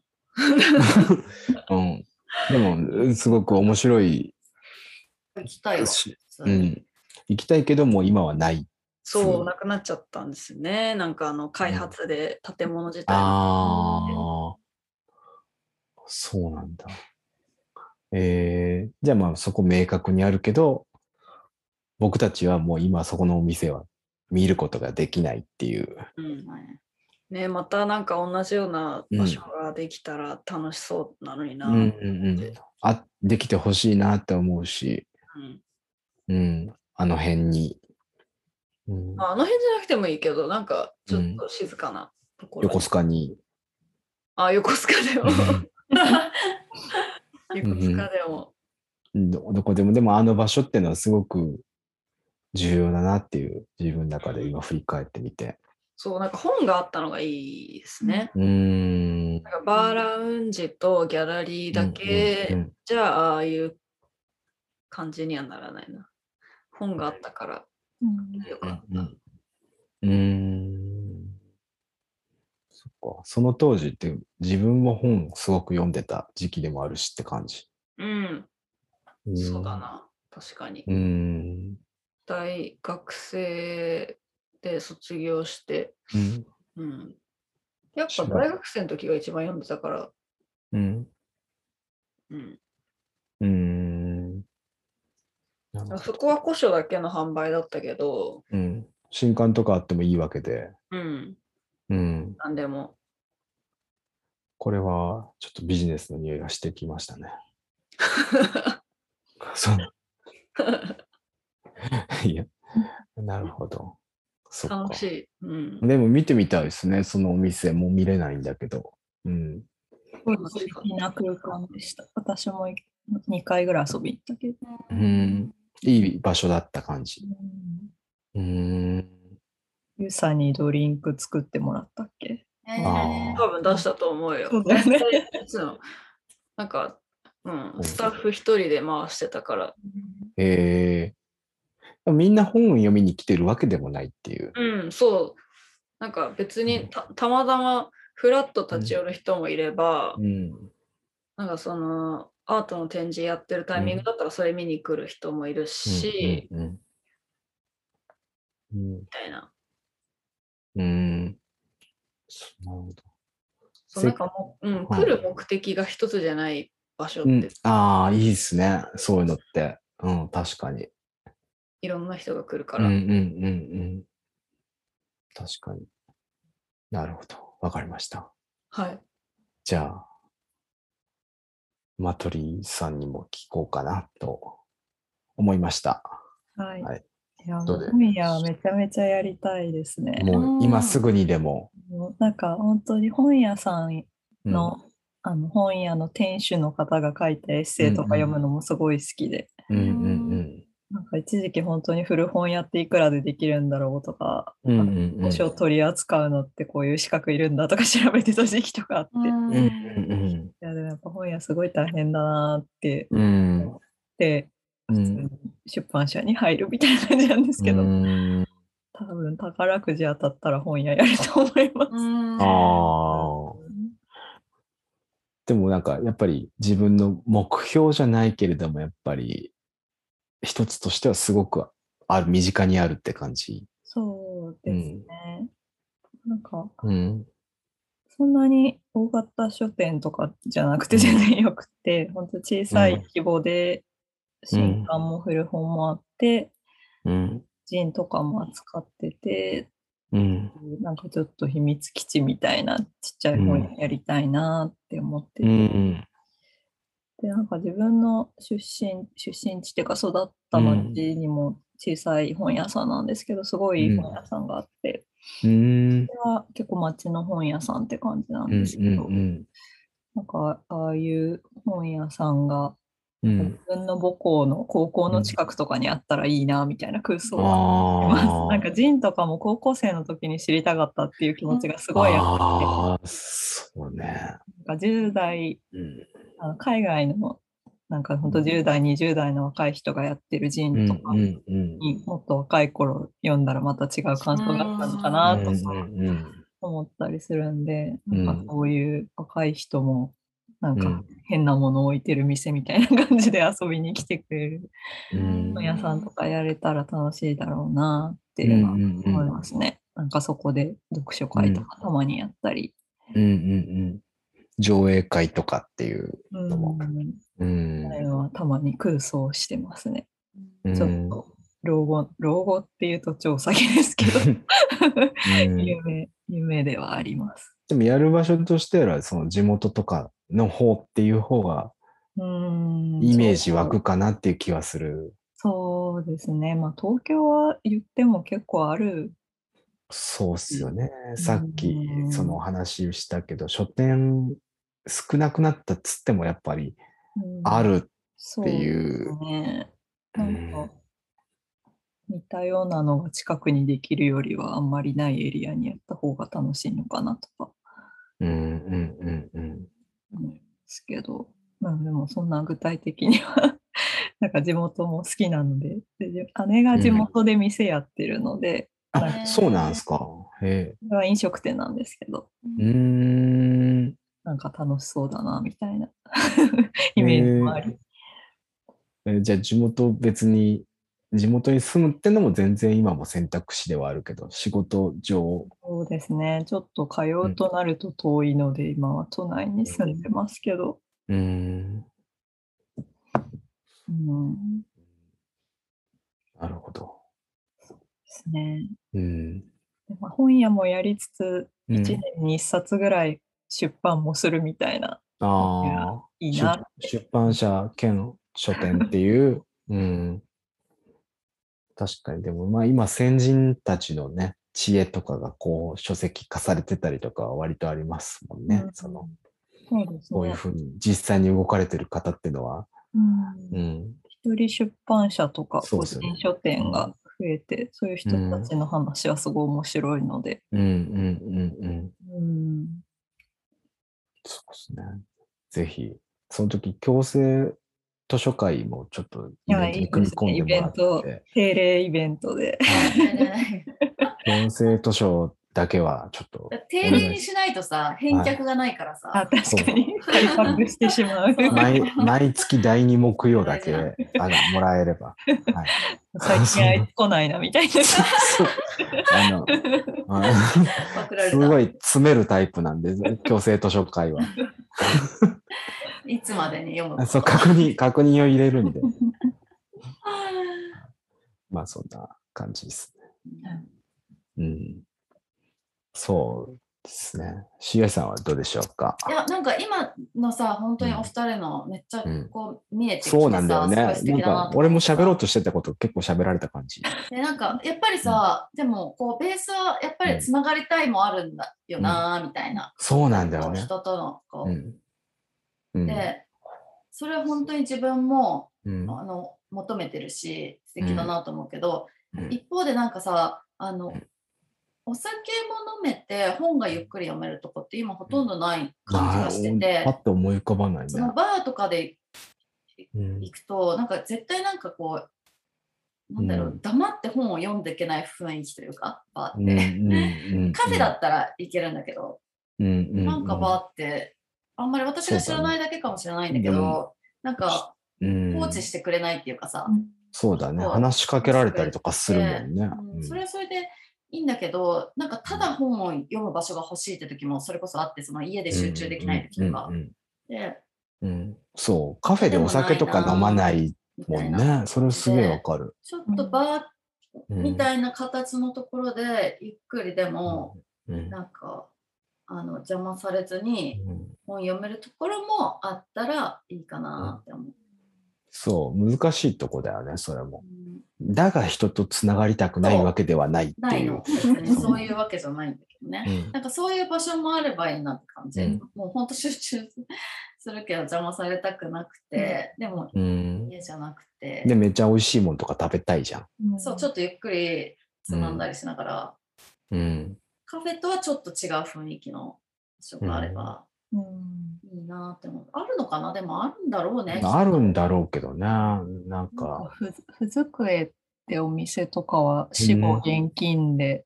うん。でも、すごく面白い
行きたいわ。
し、
普通
う
に
ん。行きたいけどもう今はない。
そうう、なくなっちゃったんですね。なんかあの開発で建物自体が。
ああ、そうなんだ。えー、じゃあまあそこ明確にあるけど、僕たちはもう今そこのお店は見ることができないっていう。
うん
はい
ね、またなんか同じような場所ができたら楽しそうなのに
う
な。
んうんうん、あできてほしいなって思うし、
うん
うん、あの辺に。うん
まああの辺じゃなくてもいいけど、なんかちょっと静かなところ。
横須賀に。
あ、横須賀でも。 横須賀でも。
どどこでも、でもあの場所っていうのはすごく重要だなっていう自分の中で今振り返ってみて。
そう、なんか本があったのがいいですね。
うーん。
なんかバーラウンジとギャラリーだ
うんう
け
ん
じゃあああいう感じにはならないな。本があったから
うん
よかっ
うん
た。
うん。うーん。そっか。その当時って自分も本すごく読んでた時期でもあるしって感じ。
うん、
ん
そうだ。な。確かに
う。ん。
大学生で卒業して、
うん。
うん。やっ
し
ぱ
ばらく
大学生の時が一番読んでたから、
うん。
うん、
うん。なんか
そこは古書だけの販売だったけど、
うん。新刊とかあってもいいわけで。
うん、
うん。
なんでも。
これはちょっとビジネスの匂いがしてきま したね。そう。いや、なるほど。そっか
楽しい。うん、
でも見てみたいですね、そのお店も見れないんだけど。うん。
すごい素敵な空間でした。私も2回ぐらい遊びに行ったけど。
うんいい場所だった感じ。う
うん
ん。
ゆうさんにドリンク作ってもらったっけ
えー
あ
多分出したと思うよ。
そうだよね
絶対いつもなんか、うん、スタッフ一人で回してたから、
えー。みんな本を読みに来てるわけでもないっていう。
うん、そう。なんか別にたたまたまフラッと立ち寄る人もいれば、
うん。
なんかそのアートの展示やってるタイミングだったらそれ見に来る人もいるし、
うん。うんうん
みたいな。
うん。そうなるほど。
そうなんかもう、うん、
はい
来る目的が一つじゃない場所っ
う
て、
ん、ああ、いいですね。そういうのって。うん、確かに。
いろんな人が来るか
うん
ら、
うんうんうん。確かに。なるほど。わかりました。
はい
じゃあ、マトリーさんにも聞こうかなと思いました。
はい。
はい
いや、
ど
も
うで
う海はめちゃめちゃやりたいですね。
も
う
うん今すぐにでも。
もうなんか本当に本屋さん
うん
の,、あの本屋の店主の方が書いたエッセイとか読むのもすごい好きで、
うんうん
なんか一時期本当に古本屋っていくらでできるんだろうとか、
うん。うんうんうん。
図書を取り扱うのってこういう資格いるんだとか調べてた時期とかあって、
う
い
ん
うんうん
やでもやっぱ本屋すごい大変だなーって
うん。うん
で
う
普通
ん
に出版社に入るみたいな感じなんですけ
う
ど、
ん
多分宝くじ当たったら本屋やると思います。
うん
ああ。でもなんかやっぱり自分の目標じゃないけれどもやっぱり一つとしてはすごくある身近にあるって感じ。
そうですね。なんか
うん。
そんなに大型書店とかじゃなくて全然よくて、本当小さい規模で新刊も古本もあって、
うん。
ジンとかも扱ってて、
うん。
なんかちょっと秘密基地みたいなちっちゃい本屋やりたいなって思って
う
て、
ん。
でなんか自分の出身出身地っていうか育った町にも小さい本屋さんなんですけど、すごいいい本屋さんがあって、
うん。
それは結構町の本屋さんって感じなん
うん。
ですけど、なんかああいう本屋さんが
う
自
ん。
分の母校の高校の近くとかにあったらいいなみたいな空想はあります。
ああ。
なんかジンとかも高校生の時に知りたかったっていう気持ちがすごいあって、
ああ、そうね。
なんか10代
うん。
あの海外のなんか本当10代20代の若い人がやってるジ
う
ン
ん。
とか
うん。うん。
にもっと若い頃読んだらまた違う感想だったのかなとか
うん。
思ったりするんで、
うん
なんかそういう若い人もなん
う
か
ん
変なものを置いてる店みたいな感じで遊びに来てくれる
うん。
本屋さんとかやれたら楽しいだろうなっていうのは思いますね。なんかそこで読書会とかたまにやったり。
うん。うん。上映会とかっていう。
うん
どうもうん。
そういうのはたまに空想してますね。ちょっと老後、老後っていうと超 詐欺ですけど、夢、夢ではあります。
でもやる場所としてはその地元とかの方っていう方が
うん
イメージ湧くかなっていう気はする。
そうですね、まあ、東京は言っても結構ある。。
そうっすよね。さっきそのお話したけど、書店少なくなったっつってもやっぱりあるっていう
ね、なんか似たようなのが近くにできるよりはあんまりないエリアにやった方が楽しいのかなとか。
うんうんうんうん。
ですけど、まあでもそんな具体的には なんか地元も好きなのでで、姉が地元で店やってるので、
うん、あそうなん ですか。へ
え。飲食店なんですけど。
うん。
なんか楽しそうだな、みたいな イメージもあり。
えー、じゃあ地元別に、地元に住むってのも全然今も選択肢ではあるけど、仕事上。
そうですね。ちょっと通うとなると遠いので、うん、今は都内に住んでますけど。
うん。
うん、
なるほど。
そうですね。
うん。
でまあ、本屋もやりつつ、1年に1冊ぐらい出版もするみたいな。
うん、ああ。
いいな。
出版社兼書店っていう。 うん。確かに、でもまあ今先人たちのね、知恵とかがこう書籍化されてたりとかは割とありますもんね。うん、その
そうですね。
こういうふうに実際に動かれてる方っていうのは
うん
うん、
一人出版社とか
個
人書店が増えてそう、ね,、いう人たちの話はすごい面白いので。
うんうんうん
うん。うん、
そうですね。ぜひ、その時強制図書会もちょっとイベントに組み込んでもらって。いいね、
定例イベントで。
強制図書だけはちょっ と。
定例にしないとさ、返却がないからさ。
あ確かに。解散してしまう。
毎毎月第2木曜だけあのもらえれ ば。はい、
最近あいつ来ないなみたい な。
あ のすごい詰めるタイプなんで、強制図書会は。
いつまでに読む
そう確認、確認を入れ るんで。まあそんな感じですね。うん、うんそうですね。CI さんはどうでしょうか
いや、なんか今のさ、本当にお二人のめっちゃこう見えてきてさ、
そうなんだよね。なんか俺も喋ろうとしてたこと結構喋られた感じ。
でなんかやっぱりさ、でもこうベースはやっぱりつながりたいもあるんだよな、みたいな、
そうなんだよね。
人とのこう、で、それは本当に自分も、あの求めてるし、素敵だなと思うけど、一方でなんかさ、あの、お酒も飲めて本がゆっくり読めるとこって今ほとんどない感じがしてて、
パッと思い浮かばないね。
そのバーとかで行くと、なんか絶対なんかこう、なんだろう、黙って本を読んでいけない雰囲気というか、バーって。カフェだったらいけるんだけど、なんかバーって、あんまり私が知らないだけかもしれないんだけど、なんか放置してくれないっていうかさ、
そうだね、話しかけられたりとかするもんね。
それはそれで、いいんだけどなんかただ本を読む場所が欲しいって時もそれこそあってその家で集中できない時とか、で、
うん、そうカフェでお酒とか飲まないもんねそれすげえわかる
ちょっとバーみたいな形のところでゆっくりでも、うんうん、なんかあの邪魔されずに本読めるところもあったらいいかなって思う、。
そう難しいとこだよねそれも、だが人とつながりたくないわけではないっていう
そう、ね、そういうわけじゃないんだけどね。うん、なんかそういう場所もあればいいなって感じ。うん、もうほんと集中するけど邪魔されたくなくて、でも家じゃなくて、
うん。で、めっちゃ美味しいもんとか食べたいじゃ
ん。そう、ちょっとゆっくりつまんだりしながら、
うん、
カフェとはちょっと違う雰囲気の場所があれば。、
うん
いいなって思う。あるのかなでもあるんだろうね。
あるんだろうけどな。なんか。
ふずくえってお店とかは死後現金で。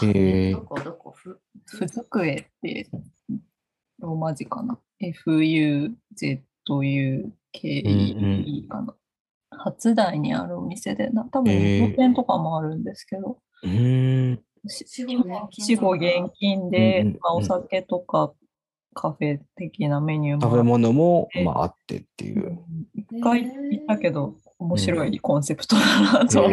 うん、えー、どこどこふ
ふずくえってローマ字かな。FUZUKE かな。初台にあるお店でな、多分本店とかもあるんですけど。
えー、
死後現金で、まあ、お酒とかカフェ的なメニューも
食べ物も、まあ、あってっていう。
一回行ったけど、面白いコンセプトだなと思う。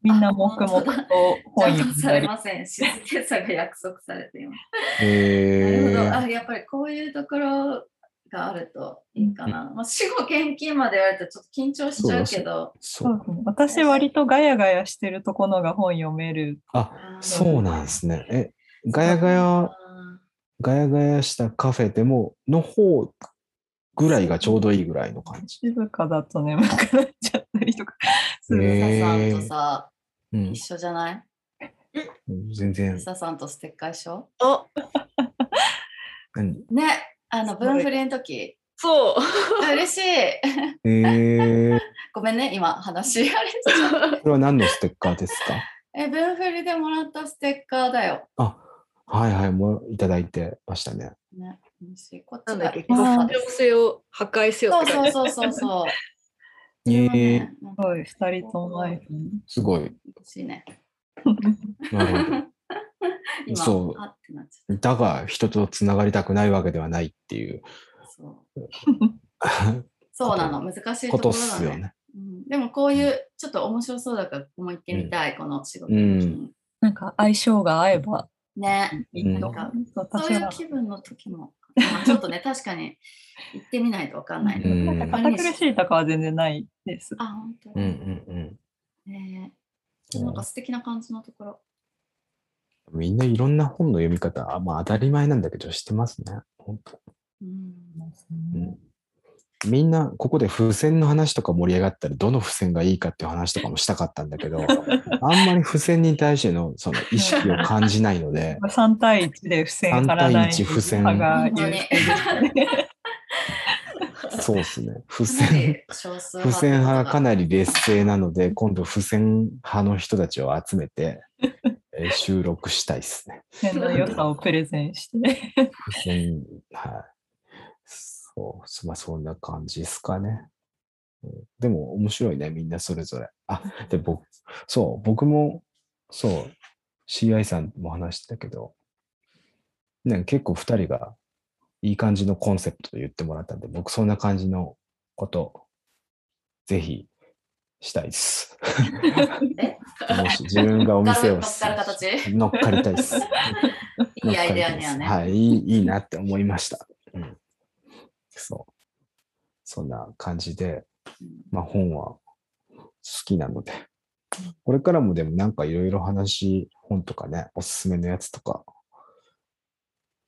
みんな黙々と
本読されません。静けさが約束されています。
へ
なるほど。あ、やっぱりこういうところがあるといいかな。まあ、死後献金まで言われたらちょっと緊張しちゃうけど。
そ
そうう。ですね私割とガヤガヤしてるところが本読める。
あ、
あー
そうなんですね。え、ガヤガヤ、ガヤガヤしたカフェでも、の方ぐらいがちょうどいいぐらいの感じ。
静かだと眠くなっちゃったりとかする。
う
へ
さ
ー
さんとさ、
うん
一、緒じゃない
全然
う。ささんとステッカー一緒
あ
何
ね、あの、
すごい
文振りの時。
そう。
あ嬉しい。
え ー、
ごめんね、今 話あれしちゃった
これは何のステッカーですか
え、文振りでもらったステッカーだよ。
あ、はいはい、もういただいてましたね。
ね、嬉しい。こっ
な
ち
んだっ
が
け、
一
不
番
調
です
性を破壊せよ
そ
っ
う
て感じ。
そうそうそうそう。
え
それは
ー、
ねなん
す
か
ごい、二人ともアイフ
すごい。
嬉しいね。
なるほど。
今
そう
あってなっ ちゃっ
だが、人とつながりたくないわけではないっていう
た。そうそうなの、難しい
こと
こ
っ
ろだ
すよ
ね。
ね。
うんでもこういうちょっと面白そうだからここも行ってみたい、この仕事
う
の
ん
時に、
なんか相性が合えば
ね
いいと
うん
か。
そう
私
いう
は
気分の時もまあちょっ とね確かに行ってみないとわかんない、
うん
なんか堅苦しいとかは全然ないです。
あ本当
うんうん
ねえなんか素敵な感じのところ
うん。みんないろんな本の読み方、あまあ当たり前なんだけど、してますね。本当
うん
うんみんなここで付箋の話とか盛り上がったらどの付箋がいいかっていう話とかもしたかったんだけ どあんまり付箋に対してのその意識を感じないの で
3対1で付箋から
3
な
対
い
1付箋
派が
本当
優
に
勢
そうですね付
かな
箋
り少数
付箋派か
な
なり劣勢なので今度付箋派の人たちを集めてえー収録したいですね
付箋の良さをプレゼンして。
付箋はいそうそまあそんな感じですかねうんでも面白いねみんなそれぞれあで僕そう僕もそう CI さんも話してたけど、ね、結構2人がいい感じのコンセプトで言ってもらったんで僕そんな感じのことぜひしたいです。
え
もし自分がお店
乗
を
っかる乗っかる形
乗っかりたいです。
いいアイデアだよね、
はい、いい、いいなって思いました。うん。そう。そんな感じで、まあ本は好きなので、これからもでもなんかいろいろ話、本とかね、おすすめのやつとか、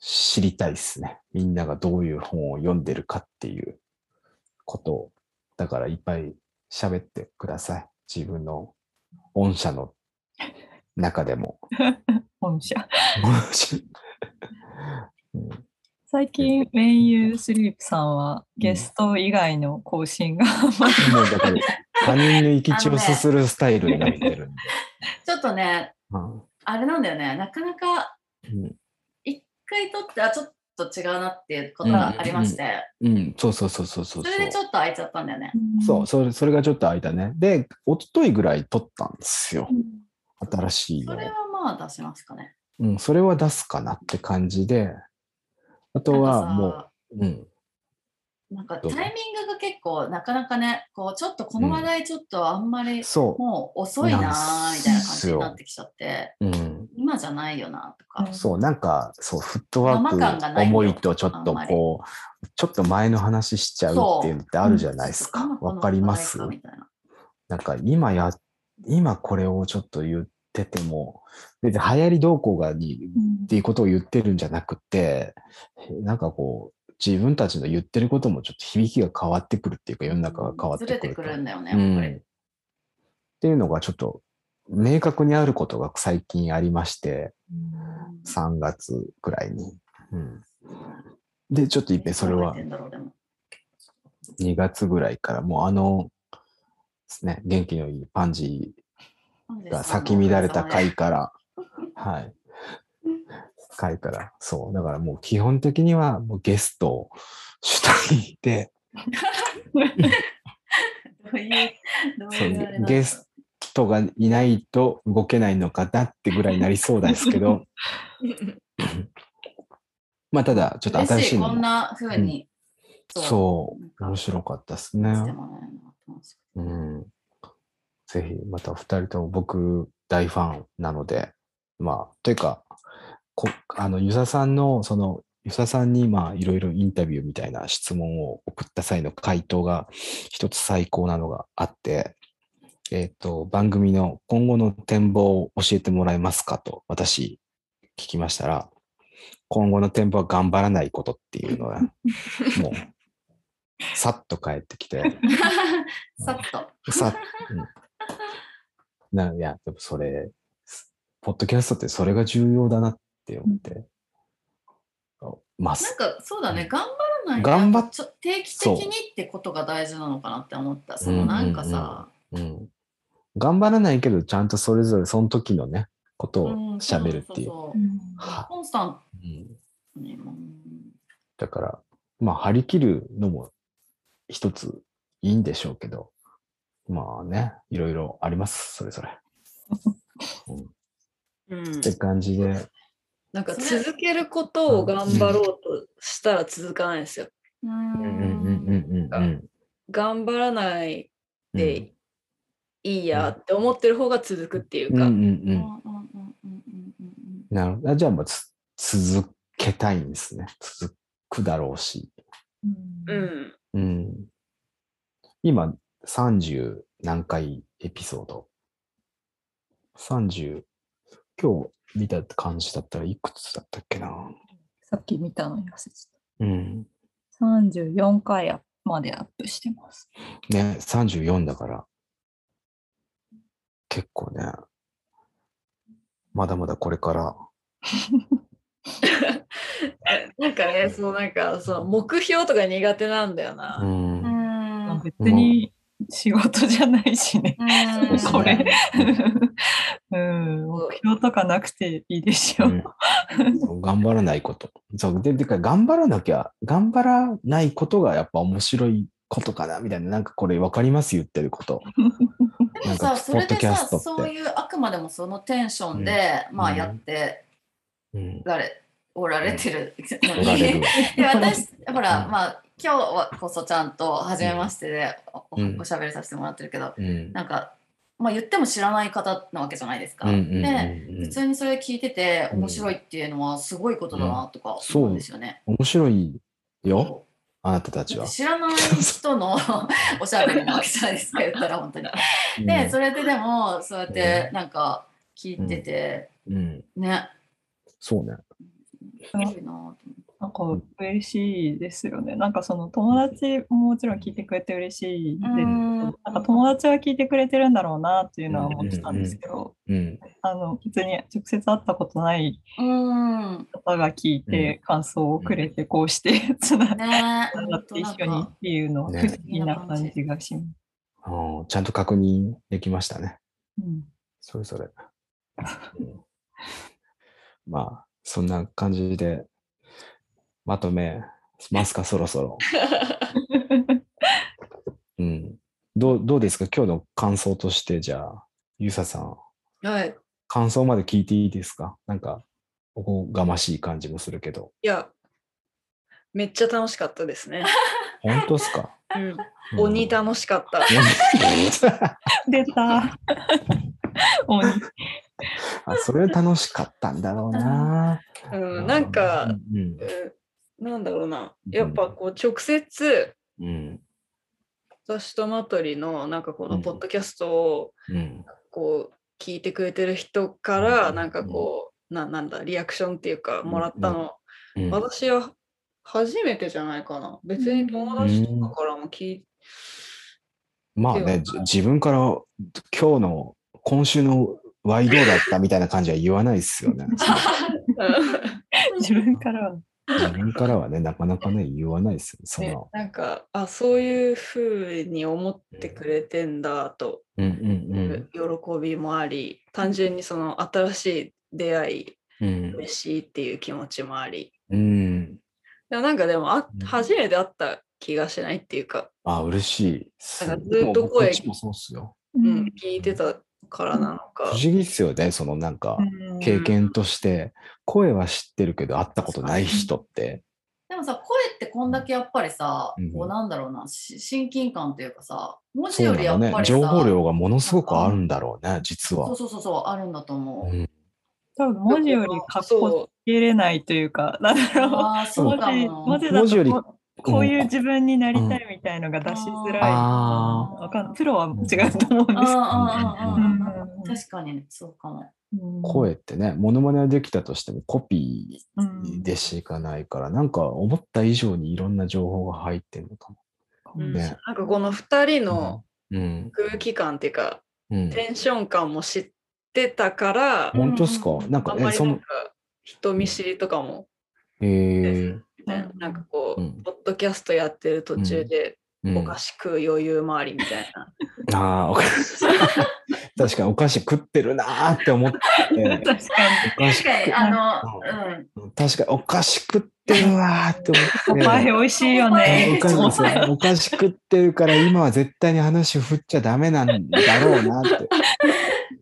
知りたいですね。みんながどういう本を読んでるかっていうことを、だからいっぱい喋ってください。自分の御社の中でも。
本社
うん
最近、メンユースリープさんはゲスト以外の更新があんまり
もうだから他人の行き地をすするスタイルになってるんで。
ちょっとね
うん
あれなんだよねなかなか
うん
一回撮ってあちょっと違うなっていうことがありまして、
うん、そうそうそうそうそう
それでち
そ
ょっと空いちゃったんだよね。
う。そう、それ、それがちょっと空いたね。で、一昨日ぐらい撮ったんですよ。新しい
そ
のを
れ。はまあ出しますかね。
うん、それは出すかなって感じで。あとはもう、うん、
う。なんかタ
どう
イ
ぞ
ミングが結構なかなかね、こうちょっとこの話題ちょっとあんまり
そ
もう遅いな
なん
ーみたいな感
す
じ
よ
になってきちゃって、
う、うん、
今じゃないよなとか。
そう、なんか、そう、フットワ
生感が
ーク
ない
重いとちょっ
あ
と
んまり
こう、ちょっと前の話しちゃうっていうのってあるじゃないです
ちょ
か
っと今。この
わかります
話題かみたいな
なんか今や、今これをちょっと言ってても、別に流行り動向がにっていうことを言ってるんじゃなくて、なんかこう、自分たちの言ってることもちょっと響きが変わってくるっていうか、世の中が変わって
ずれ
く
て
る
く
と。
るんだよね、
う
やっぱ
ん
り。
っていうのがちょっと明確にあることが最近ありまして、3月くらいに。うん、で、ちょっといっぺんそれ
どうや
は
ってんだろうでも
2月ぐらいから、もうあの、ですね、元気のいいパンジー、が咲き乱れた 回。から、はい。回から、そう。だからもう基本的にはもうゲストを主体で、
どういう、どう
そ
いうあれなんだろ
う
う
ゲストがいないと動けないのかなってぐらいになりそうですけ ど、まあただ、ちょっと新
嬉
し
し
い
い、
の
こん
も。
な風に。
そ
なん
う。
か
面白かったです
出して
ね。
もらえるのが楽しくて
うん。ぜひ、また二人とも僕、大ファンなので、まあ、というか、こあの、ユザさんの、その、与佐さんにまあいろいろインタビューみたいな質問を送った際の回答が一つ最高なのがあって、えっ、ー、と、番組の今後の展望を教えてもらえますかと私聞きましたら、今後の展望は頑張らないことっていうのが、もう、さっと返ってきて。
さっと。
さっと。うん、なんいや、でもそれ、ポッドキャストってそれが重要だなって思って。
ます。なんかそうだね、頑張らない
頑張っ
ちょ定期的にってことが大事なのかなって思った。そのなんかさ、
うん、うん、頑張らないけど、ちゃんとそれぞれその時のね、ことをしゃべるっていう。コ
ンスタン
ト、うん、だから、まあ、張り切るのも一ついいんでしょうけど、まあね、いろいろあります、それぞれ。
うん、
って感じで。
なんか続けることを頑張ろうとしたら続かないですよ。頑張らないでいいやって思ってる方が続くっていうか。
なるほど。じゃあまあ続けたいんですね。続くだろうし。
うん。
うん、今30何回エピソード。30今日見た感じだったらいくつだったっけな
さっき見たのに忘れて
た。うん。
34回までアップしてます。
ね、34だから、結構ね、まだまだこれから。
なんかね、そのなんか、その目標とか苦手なんだよな。
うん。
まあ、別に仕事じゃないしね、 うん、これ。うん、目標とかなくていいでしょう。
うん、頑張らないこと。そうで、でか頑張らなきゃ、頑張らないことがやっぱ面白いことかなみたいな、なんかこれ分かります言ってること。
でもさ、それでさ、そういうあくまでもそのテンションで、うん、まあやって、うん、誰おられて るのに、で私、ほら、まあ、今日はこそちゃんと初めましてでお,、しゃべりさせてもらってるけど、うん、なんかまあ、言っても知らない方なわけじゃないですか。で普通にそれ聞いてて面白いっていうのはすごいことだなとか思うんですよね。
うんうん、面白いよあなたたちは。
知らない人 のおしゃべりなわけじゃないですか言ったら本当に。でそれででもそうやってなんか聞いてて、
うん、
ね。
そうね。、
面白いなと思って。
なんか嬉しいですよね。なんかその友達ももちろん聞いてくれて嬉しいです。なんか友達は聞いてくれてるんだろうなっていうのは思ってたんですけど、あの別に直接会ったことない方が聞いて感想をくれてこうしてつながって一緒にっていうのは不思議な感じがします
ね。ちゃんと確認できましたね。
うん、
それぞれ。まあそんな感じで。まとめますか、そろそろ。うん、どうどうですか、今日の感想として、じゃあ、ゆうささ
ん。 はい。
感想まで聞いていいですかなんか、おこがましい感じもするけど。
いや、めっちゃ楽しかったですね。
本当ですか、
うん、鬼楽しかった。
出 た。鬼。
あそれ楽しかったんだろうな。
うん、なんか、うん、なんだろうな、やっぱこう直接、
うん、
私とマトリのなんかこのポッドキャストをこう聞いてくれてる人からなんかこう、ななんだリアクションっていうかもらったの、私は初めてじゃないかな別に友達とかからも聞い、
うん、まあね自分から今日の今週のワイドだったみたいな感じは言わないですよね
自分からは
自分からはね、なかなかね、言わないですよ、その。
なんか、あ、そういうふうに思ってくれてんだと、
喜
びもあり、単純にその新しい出会い、
うん、
嬉しいっていう気持ちもあり。
うん。
でもなんかでもあ、初めて会った気がしないっていうか。
あ、嬉しい。
なんかずっと声、
そうっすよ。
うん、聞いてたからなのか。
不思議っすよね、そのなんか経験として、声は知ってるけど会ったことない人って。
でもさ、声ってこんだけやっぱりさ、うん、こうなんだろうな、親近感というかさ、文字よりやっぱり
ね、情報量がものすごくあるんだろうね、実は。
そうそうそう、あるんだと思う。うん
多分文字よりかっこつきれないというか、なんだろう。
ああ、そうか も。
文字
文字よ
だ
り
とこういう自分になりたいみたいのが出しづらい。
あ
わかんプロは違うと思う
あ
ん
ー
です
あー、あーあ
うん
ー、確かにそうかも。
けど。
声ってね、モノマネはできたとしてもコピ
うん
ーでしかないから、なんか思った以上にいろんな情報が入ってるのかも。
うん
ね
なんかこの2人の
うん。
空気感っていうか、
うん、
テンション感も知ってたから、
本当ですか、なんか
あ、んま
え、
り
そ
なん
の
か、人見知りとかも、
えー、
ね
うん
なんかこう、
うん
ポッドキャストやってる途中
う
で、
ん
お菓子食う余裕もありみたいな。
ああ、おかしい。 確かにお菓子食ってるなーって思って、
確かに。
お菓子
確かに、あの、うん。
確かにお菓子食ってるわーって
お
思
前
って。
美味しいよ
お
ね。
菓
お
子
前
そうお菓子食ってるから今は絶対に話振っちゃダメなんだろうなって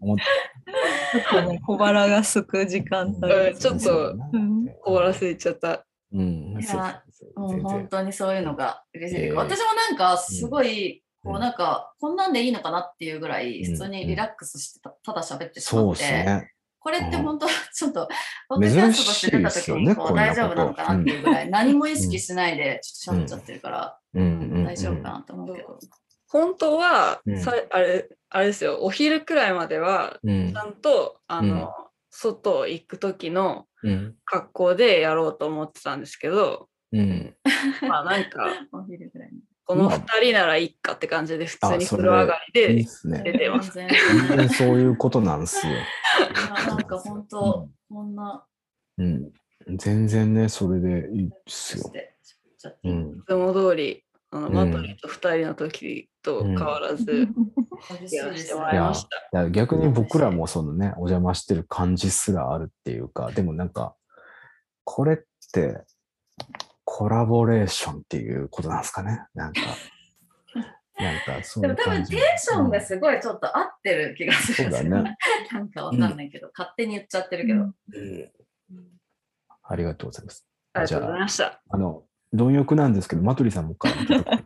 思って。
ちょっとね、小腹がすく時間帯
う
で
ん
す。
ちょっと
うん
終わらせちゃった。
うん、
いや
そうそうそう
もう
全
本
然。
当にそういうのが嬉しい。
えー
私もなんかすごい、
うん
こうなんか、こんなんでいいのかなっていうぐらい、
うん
普通にリラックスしてたただ喋ってし
そ
ま
う
っ
で
て、
すね。
これって本当、ちょっと、
珍
ポッドキャストと
し
し
い
て
で
出
す
時
よね
にこ
こ
うん
なこ
大
と
丈夫なのかなっていうぐらい、何も意識しないでちょっと喋っちゃってるから、
うんうん
大丈夫かなと思うけど。
本当は、
うん
さあれ、あれですよ、お昼くらいまでは、
うん
ちゃんと、あの、
うん
外行く時の
うん
格好でやろうと思ってたんですけ ど、
うん。
まあなんか、
お昼ぐらいに。
この2人ならいいかって感じで、普通
あ
に
そ
風
れ
呂上がり
いいで
です
ね。
出てます。
全
全
然
然そういうことなんですよ。
なんか本当、こんな
うん。うん。全然ね、それでいいです
し
よ。
て喋っちゃって
う
る。
ん。
いつも通り、あの
うん
マトリと2人の時と変わらず、
嬉し
や
い
ら
で
せ
す
て
ね
もらいました。
だから逆に僕らもそのね、お邪魔してる感じすらあるっていうか、でもなんか、これってコラボレーションっていうことなんですかね。な んか、なんかそう
で
い
も
う
多
感
分
じ。
テンションがすごいちょっと合ってる気がするんですよ
そうだね。
なんかわかんないけど、勝手に言っちゃってるけど。
うんありがとうございます。
ありがとうございました。
あの、貪欲なんですけど、マトリさんもから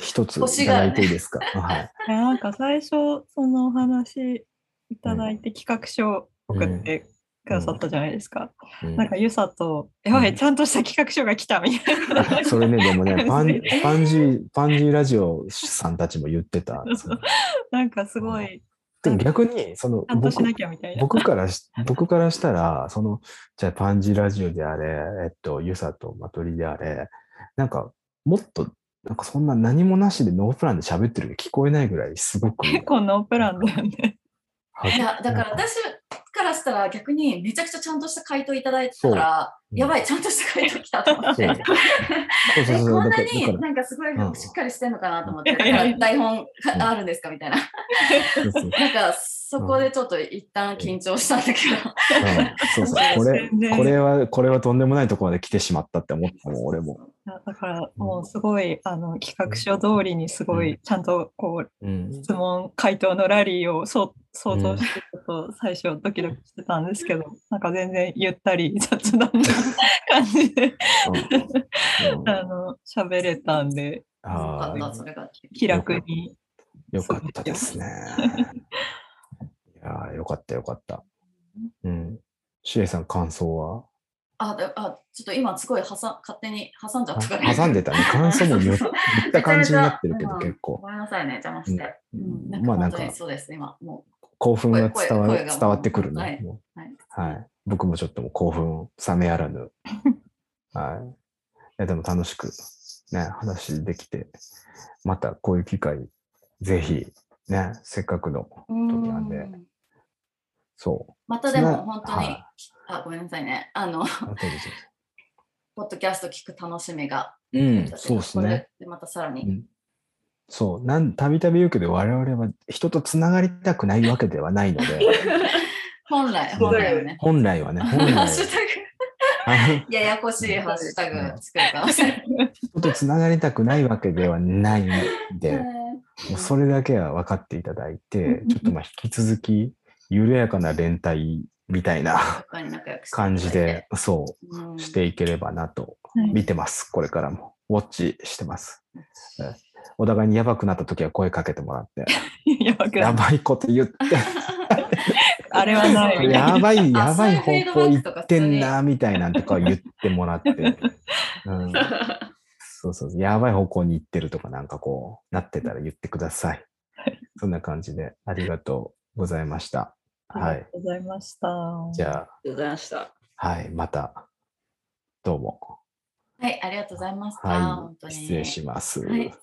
一ついただいていいですか。はい。
いやなんか最初そのお話いただいて企画書を送ってくださったじゃないですか。
うん
なんかユサと「やばいちゃんとした企画書が来た」みたい な。
それね、でもね、パン
え
パンジー、パンジーラジオさんたちも言ってた。そう
なんかすごい
でも逆に、その
ちゃんとし
僕
なきゃみたいな。
僕からし、僕からしたら、その、じゃあパンジーラジオであれ、えっと、ユサとマトリであれ、なんか、もっと、なんかそんな何もなしでノープランで喋ってるの聞こえないぐらい、すごく。
結構ノープランだよね。
いや、だから私からしたら逆にめちゃくちゃちゃんとした回答いただいてたから、
そう
やばい、ちゃんとした回答来たと 思っ
そう
て。
そうそう
え
そ
こ
う。
んな
だから、だから
になんかすごい
うん
しっかりしてんのかなと思って、
い
だ
や
か
いやい
ら
や
台本
うん
あるんですかみたいな。
そうそ
な
う
んかそこでちょっと一旦緊張したんだけど。
うんそうそう。これ、これは、これはとんでもないところまで来てしまったって思ったもん、俺も。
いやだからもうすごいあの企画書通りにすご
う
いちゃんとこう
うん。
質問回答のラリーをそう想像してちょっと最初ドキドキしてたんですけど、なんか全然ゆったり雑談な感じで
うんうん
あの喋れたんで
よか
あ
った
あ、
それが。
気楽に
よかったですね。いやーよかったよかった。うん。シエさん、感想は
あ、だあちょっと今すごい挟ん勝手に挟んじゃ
あ
ったから。
挟んでたね。感想も言っ
そう
言った感じになってるけど、
めちゃめちゃ
結構
ごめんなさいね、邪魔して。
う
うんん、なん
ま
か
あなん
本
か
当にそうです、今。も
興奮が伝わ
声
る
声が
伝わってくるね。も
う
う
はい、
はい。僕もちょっともう興奮冷めや らぬ。はい。いや、でも楽しくね、話できて、またこういう機会、ぜひ、ね、せっかくの、
う
時なんで
ん
そ
またで
そ
も
の
本当に、
はい
あ、ごめんなさいね。あの、
う。
ポッドキャスト聞く楽しみが。
うん、そうです
こ
ね。
れでまたさら
う
に。
んそう、なんたびたび言うけど、我々は人とつながりたくないわけではないの で、
本来、
そう
本来はね。
本来はね、
ハ
本 来は
ッシュタグ、
あ
ややこしいハッシュタグ作るかもしれない。
人とつながりたくないわけではないので、もうそれだけは分かっていただいて、ちょっとまあ引き続き緩やかな連帯みたいな
他に仲良くしていただ
感
いて
じで、、そ
うん
うしていければなと
はい
見てます、これからも。ウォッチしてます。えお互いにやばくなった時は声かけてもらって、
やばくな
や
っ
ばいこと言って、
あれはないみたいな。
やばい、やばい
あそう
方
いう
向
フィードバック
行
とか
ってんな、みたいなんとか言って もらって。うん、そうそう、やばい方向に行ってるとか、なんかこう、なってたら言ってください。そんな感じで、ありがとうございました。
あ
は
りが
い
と。うございました。
じゃ
りがとうございました。
あ、はい、また、どうも。
はい、ありがとうございました。
は
本当
い、
に
失礼します。
はい